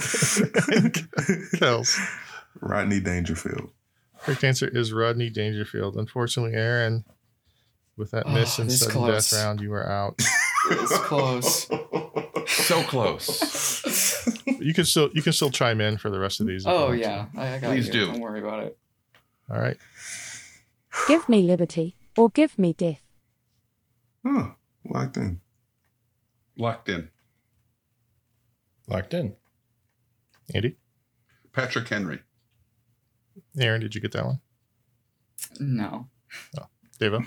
Kels. Rodney Dangerfield. Correct answer is Rodney Dangerfield. Unfortunately, Aaron, with that miss Oh, and this sudden close. death round, you <laughs> were out. It's close. So close. you can still you can still chime in for the rest of these. if you Oh want to. yeah, I, I got Please you. do. Don't worry about it. All right. Give me liberty, or give me death. Huh. Locked in. Locked in. Locked in. Andy. Patrick Henry. Aaron, did you get that one? No. Deva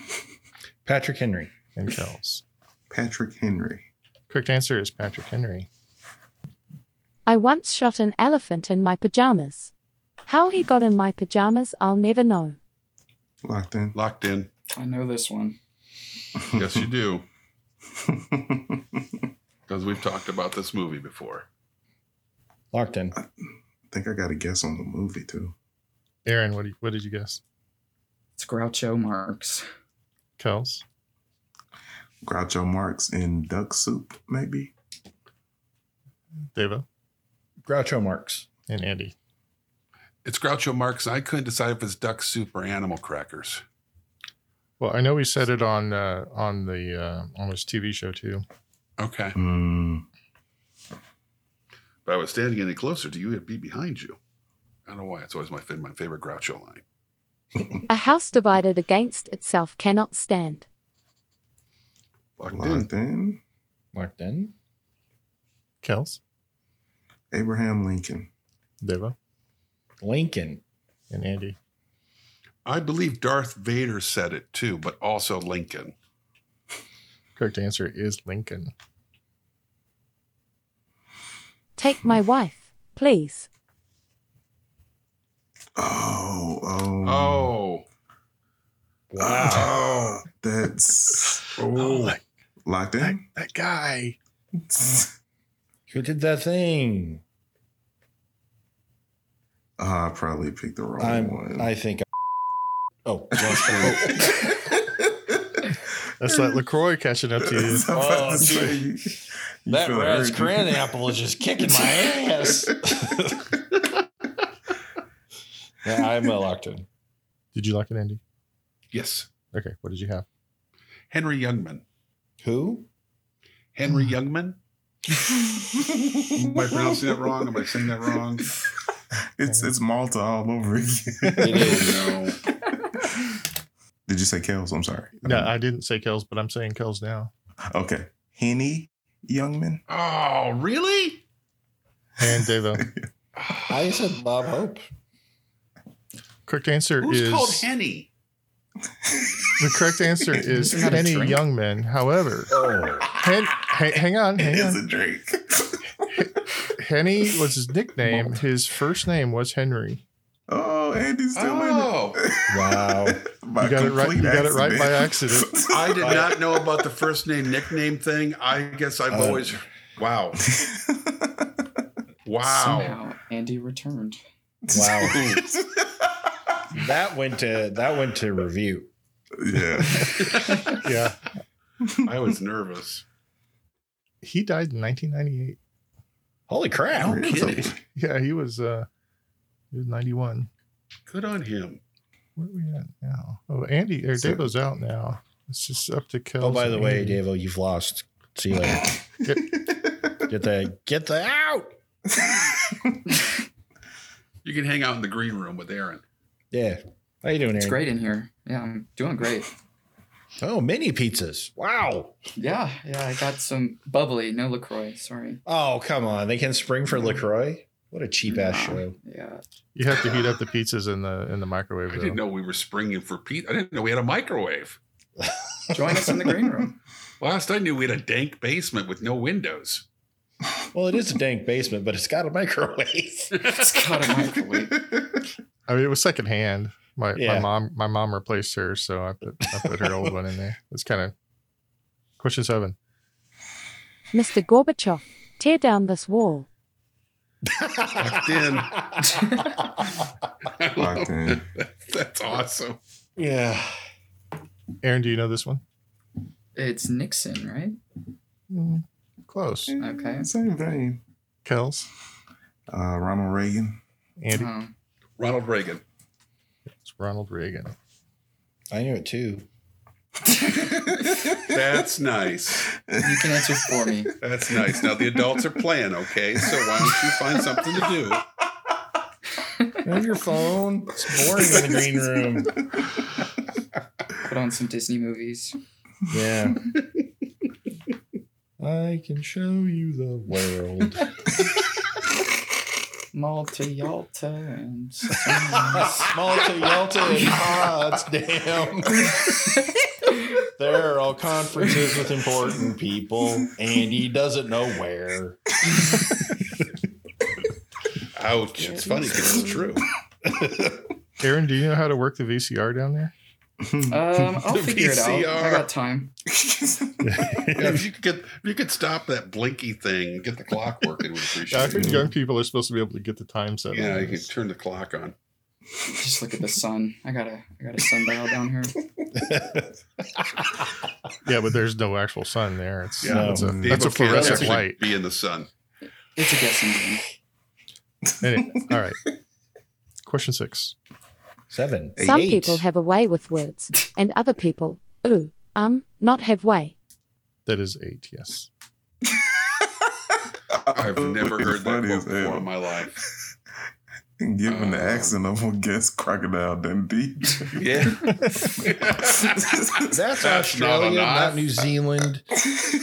Patrick Henry. and Kels. Patrick Henry. Correct answer is Patrick Henry. I once shot an elephant in my pajamas. How he got in my pajamas, I'll never know. Locked in. Locked in. I know this one. Yes, you <laughs> do. Because we've talked about this movie before. Locked in. think I got a guess on the movie too. Aaron, what, do you- what did you guess? It's Groucho Marx. Kels. Groucho Marx in Duck Soup, maybe. Deva Groucho Marx. and Andy. It's Groucho Marx, and I couldn't decide if it's duck soup or animal crackers. Well, I know we said it on uh, on the uh, on this TV show too. Okay. Mm, If I was standing any closer to you, it'd be behind you. I don't know why. It's always my, fa- my favorite Groucho line. A house divided against itself cannot stand. Locked in. locked in. Locked in. Kels. Abraham Lincoln. Deva Lincoln. and Andy. I believe Darth Vader said it too, but also Lincoln. Correct answer is Lincoln. Take my wife, please. Oh, oh, Oh, wow. Oh, <laughs> That's locked in. Oh That guy. Who did that thing? <laughs> Ah, I probably picked the wrong I'm, one. <laughs> I think. Oh, That's <laughs> like LaCroix catching up to <laughs> you. I'm about Oh, to say, you- <laughs> you feel hurt. apple <laughs> is just kicking <laughs> my ass. yeah, I'm a locked in. Did you like it, Andy? yes. Okay, what did you have? Henry Youngman. Who? Henry Youngman? Am I pronouncing that wrong? Am I saying that wrong? It's it's Malta all over again. It is. No. <laughs> Did you say Kels? I'm sorry. No, I didn't say Kells, but I'm saying Kells now. okay. Henny Youngman. <laughs> Oh, really? And Devo. I said Bob Hope. Correct answer Who's is called Henny? the correct <laughs> answer is Isn't that a Henny drink? Youngman. However, Oh, Hen, hang, hang on, It hang is on. a drink. <laughs> Henny was his nickname. His first name was <laughs> Henry. Oh, Andy's still <laughs> Oh. in it. wow. By You got it right- complete you got it right by accident. <laughs> I did not know about the first name nickname thing. I guess I've Uh, always <laughs> wow. Wow. Somehow Andy returned. Wow. that went to that went to review. <laughs> yeah. Yeah, I was nervous. he died in 1998. Holy crap. kidding. Yeah, he was uh, he was 91. Good on him. Where are we at now? Oh, Andy or So- Devo's out now. It's just up to Kells. Oh, by and the way, Andy. Davo, you've lost. See you later. <laughs> Get the get the out. You can hang out in the green room with Aaron. Yeah. How you doing, It's Aaron? great in here. Yeah, I'm doing great. Oh, mini pizzas. Wow. Yeah, yeah. I got some bubbly, no Lacroix. Sorry. Oh, come on. They can spring for LaCroix. What a cheap ass show. Yeah. You have to heat up the pizzas in the in the microwave. I didn't know we were springing for Pete. I didn't know we had a microwave. Join us in the green <laughs> room. Last I knew, we had a dank basement with no windows. <laughs> Well, it is a dank basement, but it's got a microwave. it's got a microwave. I mean, it was secondhand. My my Yeah. mom my mom replaced her, so I put I put her old one in there. It's kind of question seven. Mr. Gorbachev, tear down this wall. Locked <laughs> in. <laughs> Locked in. That's awesome. Yeah. Aaron, do you know this one? It's Nixon, right? Mm. Close. Okay. Same vein. Kells. Uh, Ronald Reagan. Andy. Uh-huh. Ronald Reagan. It's Ronald Reagan. I knew it too. That's nice. You can answer for me. That's nice. Now the adults are playing, okay? So why don't you find something to do? Move your phone. It's boring in the green room. Put on some Disney movies. Yeah. <laughs> I can show you the world. Malta, Yalta, <laughs> and Malta, Yalta, <laughs> and Potsdam. there are all conferences with important people, and he doesn't know where. Ouch. It's funny because it's true. Aaron, do you know how to work the VCR down there? Um, I'll figure it out. I VCR. got time. Yeah, if you could get, if you could stop that blinky thing, and get the clock working, we I appreciate heard it. young people are supposed to be able to get the time set. Yeah, on you can this. turn the clock on. Just look at the sun. I got a, I got a sundial down here. <laughs> yeah, but there's no actual sun there. It's Yeah, it's a, Being that's a okay, let's fluorescent actually <laughs> light. Be in the sun. It's a guessing game. Anyway, all right. Question six. Seven. Some people <laughs> have a way with words, and other people, ooh, um, not have way. That is eight. Yes. I've never heard that funny quote as hell. before in my life. And given Uh. the accent, I'm gonna guess crocodile Dundee. Yeah. <laughs> That's, not Australia, a not, knife. New Zealand.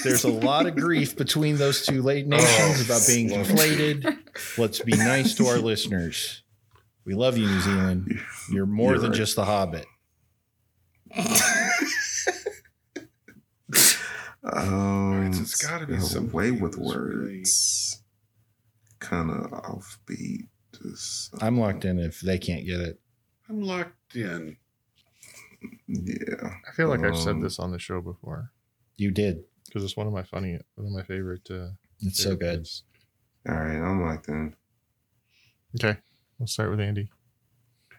There's a lot of grief between those two late nations about being conflated. Let's be nice to our listeners. We love you, New Zealand. You're more You're than right. just the Hobbit. Um, so it's gotta be yeah, something way with that's really- words. Kind of offbeat. Just uh, I'm locked in if they can't get it. I'm locked in. yeah. I feel like I've said Um, this on the show before You did. because it's one of my funny, one of my favorite. Uh, It's so favorite good. words. All right, I'm locked in. Okay, we'll start with Andy.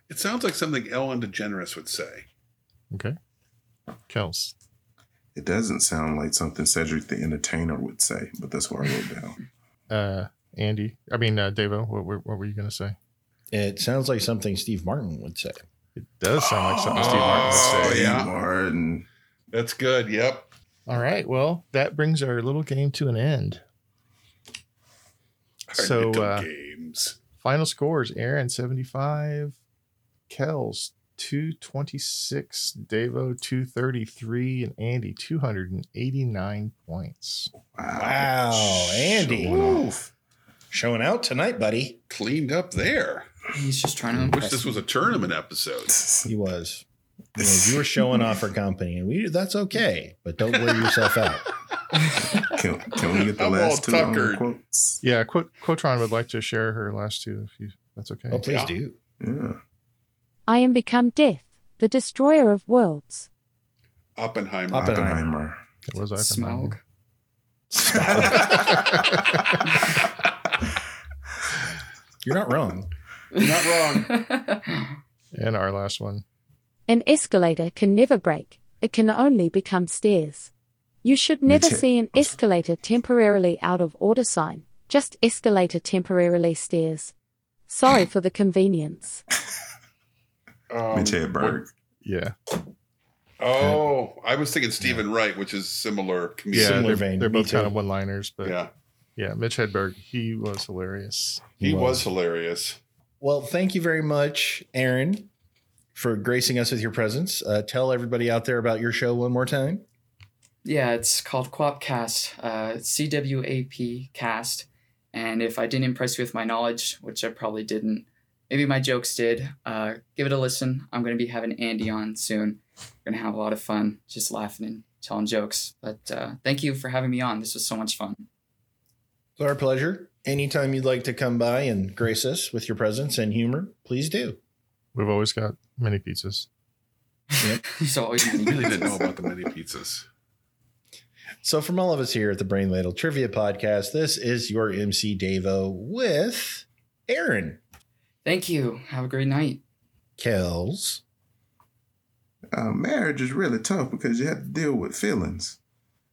It sounds like something Ellen DeGeneres would say. Okay, Kels. It doesn't sound like something Cedric the Entertainer would say, but that's what I wrote down. Uh, Andy. I mean, uh, Devo. What, were- what were you gonna say? It sounds like something Steve Martin would say. It does sound like something Steve Martin would <laughs> say. Oh, Say yeah. Martin. That's good. Yep. All right. Well, that brings our little game to an end. So, Little uh, games. final scores Aaron 75, Kells 226, Davo 233, and Andy 289 points. Wow, Andy. Oof. Showing out tonight, buddy. Cleaned up there. He's just trying to Wish impress. this was a tournament episode. He <laughs> was. You, know, you were showing off for company, and we that's okay, but don't wear yourself out. Can, can we get the <laughs> I'm all last two um, tuckered. quotes? Yeah, Qu- Quotron would like to share her last two if you that's okay. Oh, please do. Yeah. I am become death, the destroyer of worlds. Oppenheimer. Oppen- Oppenheimer. It was Smaug. Oppenheimer. You're not wrong. You're not wrong. And our last one. An escalator can never break, it can only become stairs. You should never too. see an escalator temporarily out of order sign, just escalator temporarily stairs. Sorry for the convenience. Um, Mitch Hedberg. Yeah. Oh, I was thinking Stephen Wright, which is similar. Yeah. Comedian. Similar They're, vein, they're me both kind too. of one liners, but yeah. yeah. Mitch Hedberg, he was hilarious. He Wow. was hilarious. Well, thank you very much, Aaron, for gracing us with your presence. Uh, tell everybody out there about your show one more time. Yeah, it's called Quapcast, uh, CWAP cast. And if I didn't impress you with my knowledge, which I probably didn't, maybe my jokes did, uh, give it a listen. I'm going to be having Andy on soon. We're going to have a lot of fun just laughing and telling jokes. But uh, thank you for having me on. This was so much fun. <laughs> It's our pleasure. Anytime you'd like to come by and grace us with your presence and humor, please do. We've always got mini pizzas. Yep. so <laughs> always I really didn't know about the mini pizzas. So, from all of us here at the Brain Ladle Trivia Podcast, this is your MC Davo with Aaron. Thank you. Have a great night. Kells. Uh, marriage is really tough because you have to deal with feelings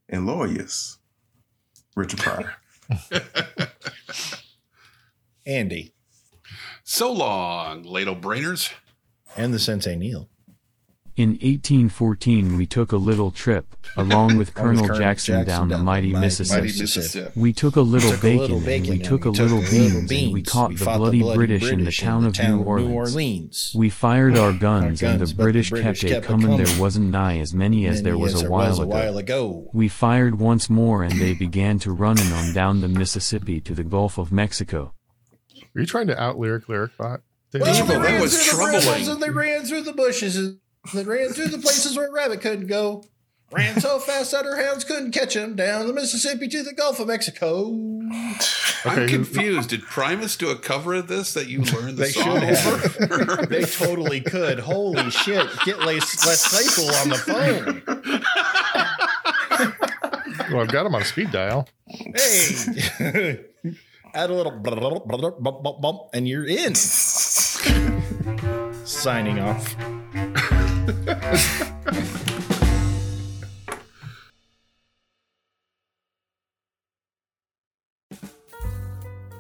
and lawyers. Richard Pryor. Andy. <laughs> So long, ladle brainers. And the Sensei Neil. In 1814, we took a little trip, along with Colonel Colonel Jackson, Jackson down the down the mighty, mighty Mississippi. Mississippi. We took a little Took a bacon, little bacon and we and took we a took little a little beans, and we beans. caught We the, fought the bloody bloody British, in the British in town the of town New of New Orleans. Orleans. We fired <sighs> our guns, and the guns, but the British, British kept, kept it a coming. There comin'. wasn't nigh as many as Many there was as a there while was a ago. while ago. We fired once more, and they began to running on down the Mississippi to the Gulf of Mexico. Are you trying to out lyric lyric bot? Well, they ran was through the troubling. branches and they ran through the bushes and they ran through the places where rabbit couldn't go. Ran so fast that her hounds couldn't catch him down the Mississippi to the Gulf of Mexico. Okay, I'm who- confused. Did Primus do a cover of this that you learned <laughs> the They song should have. over? They totally could. Holy shit. Get Les, Les Claypool on the phone. Well, I've got him on speed dial. Hey. <laughs> Add a little bump, bump, bump, bump, bump, and you're in. Signing off.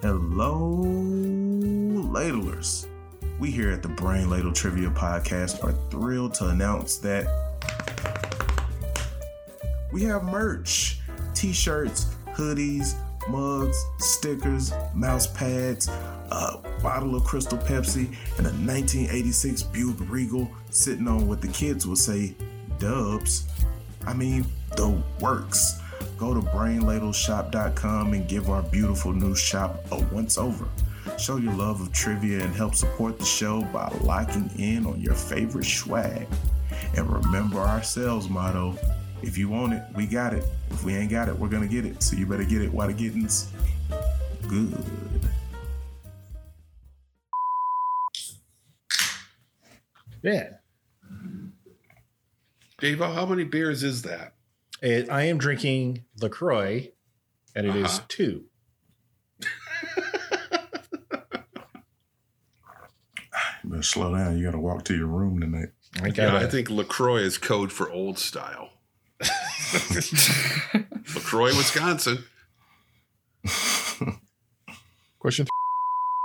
Hello, ladlers. We here at the Brain Ladle Trivia Podcast are thrilled to announce that we have merch t shirts, hoodies, mugs, stickers, mouse pads, a bottle of Crystal Pepsi, and a 1986 Buick Regal sitting on what the kids will say dubs. I mean, the works. Go to brainladleshop.com and give our beautiful new shop a once over. Show your love of trivia and help support the show by locking in on your favorite swag. And remember our sales motto if you want it, we got it. If we ain't got it, we're going to get it. So you better get it while the getting's good. Yeah. <laughs> Dave, how many beers is that? It, I am drinking LaCroix, and it is Uh-huh. two. You better slow down. You got to walk to your room tonight. I Yeah, got I think LaCroix is code for <laughs> old style. LaCroix, Wisconsin. Question th-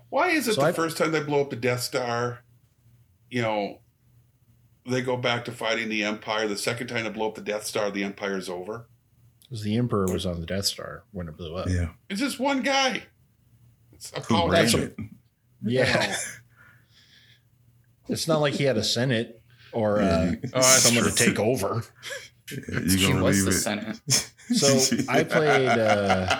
Why is it So the I- first time they blow up the Death Star, you know, they go back to fighting the Empire. The second time they blow up the Death Star, the Empire's over. the Emperor was on the Death Star when it blew up. Yeah. It's just one guy. It's a Who power. ran that's a- it? Yeah. <laughs> it's not like he had a Senate or uh, Oh, that's someone to true. <laughs> take over. Yeah, you She gonna was leave the it. Senate. <laughs> So I played. Uh,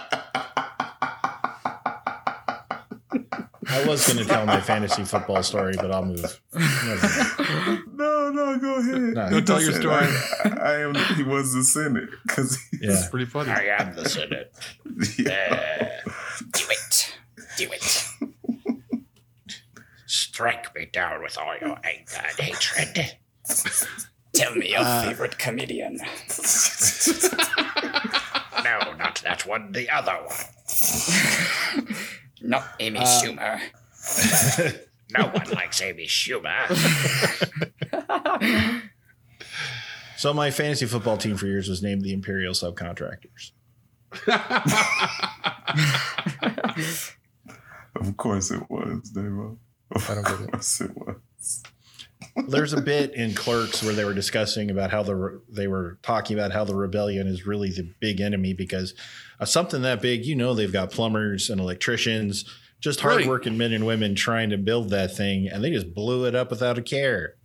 I was going to tell my fantasy football story, but I'll move. <laughs> No, no, go ahead. No, Go tell your Listen, story. I, I am. He was the Senate because <laughs> Yeah. Pretty funny. am the <laughs> Senate. Do it. Do it. Strike me down with all your anger and hatred. <laughs> Tell me your Uh, favorite comedian. <laughs> No, not that one, the other one. Not Amy Uh, Schumer. No one likes Amy Schumer. So my fantasy football team for years was named the Imperial Subcontractors. of course it was, Davo. Of I don't get it. course it was. There's a bit in Clerks where they were discussing about how the re- they were talking about how the rebellion is really the big enemy because of something that big, you know, they've got plumbers and electricians, just Right. hardworking men and women trying to build that thing, and they just blew it up without a care.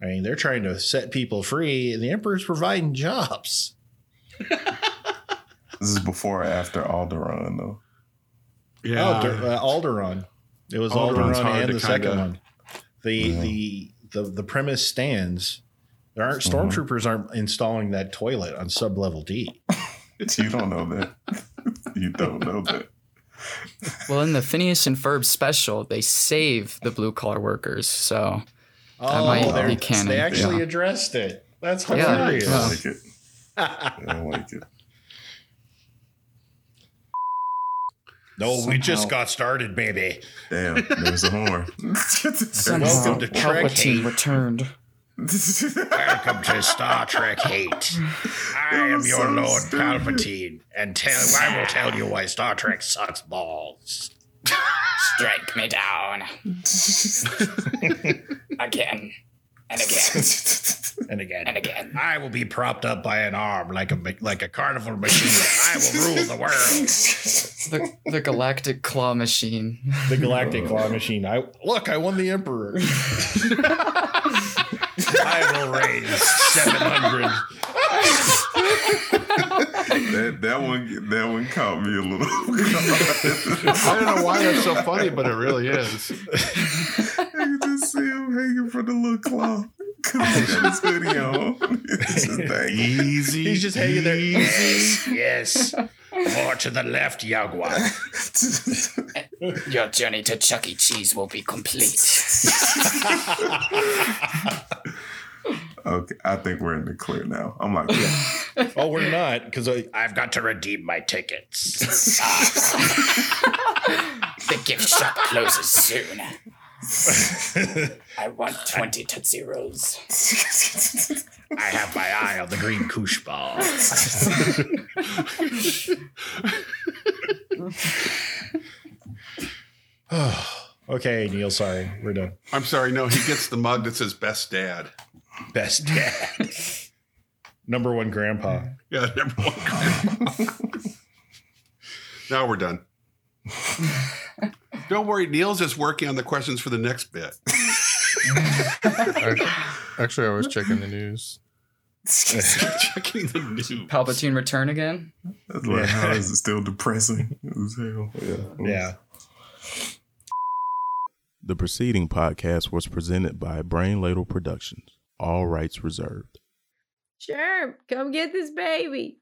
I mean, they're trying to set people free, and the emperor's providing jobs. This is before or after Alderaan, though. Oh, Dur- uh, Alderaan. It was Alderaan's Alderaan hard and to the second kinda- one. The, Yeah. the the the premise stands. There aren't Mhm. stormtroopers aren't installing that toilet on sub level D. you don't know that. <laughs> you don't know that. Well, in the Phineas and Ferb special, they save the blue collar workers, so that might Oh, they're- be canon. they actually yeah. addressed it. That's Yeah. hilarious. Yeah. I like it. I like it. No, we just Somehow- got started, baby. Damn, there's a <laughs> horn. Welcome to Trek Hate. returned. Welcome to Star Trek Hate. I am was your so Lord stupid. Palpatine, and tell I will tell you why Star Trek sucks balls. Strike me <laughs> down. again. <laughs> And again. And again, And again. I will be propped up by an arm like a ma- like a carnival machine. I will rule the world. The, the Galactic Claw Machine. <laughs> The Galactic Claw Machine. I look. I won the Emperor. <laughs> I will raise seven hundred. <laughs> That that one that one caught me a little. <laughs> I don't know why uh, that's so funny, but it really is. I can just see him hanging from the little claw. <laughs> Cause he got his hoodie on. <laughs> It's just like, Easy. <laughs> He's just hanging there. <laughs> Yes, yes. More to the left, Yagua. <laughs> Your journey to Chuck E. Cheese will be <laughs> complete. okay, I think we're in the clear now. I'm like, yeah. Oh, we're not because I've got to redeem my tickets. The gift shop closes soon. I want 20 Tootsie Rolls. I have my eye on the green koosh ball. <sighs> okay, Neil. Sorry, we're done. I'm sorry. No, he gets the mug that says "Best Dad." Best dad. <laughs> Number one grandpa. Yeah, <laughs> number one. now we're done. Don't worry, Neil's just working on the questions for the next bit. Actually, I was checking the news. Checking the news. Palpatine return again? That's like, how is it still depressing? As hell. Yeah. Yeah. The preceding podcast was presented by Brain Ladle Productions, all rights reserved. Sure, come get this baby.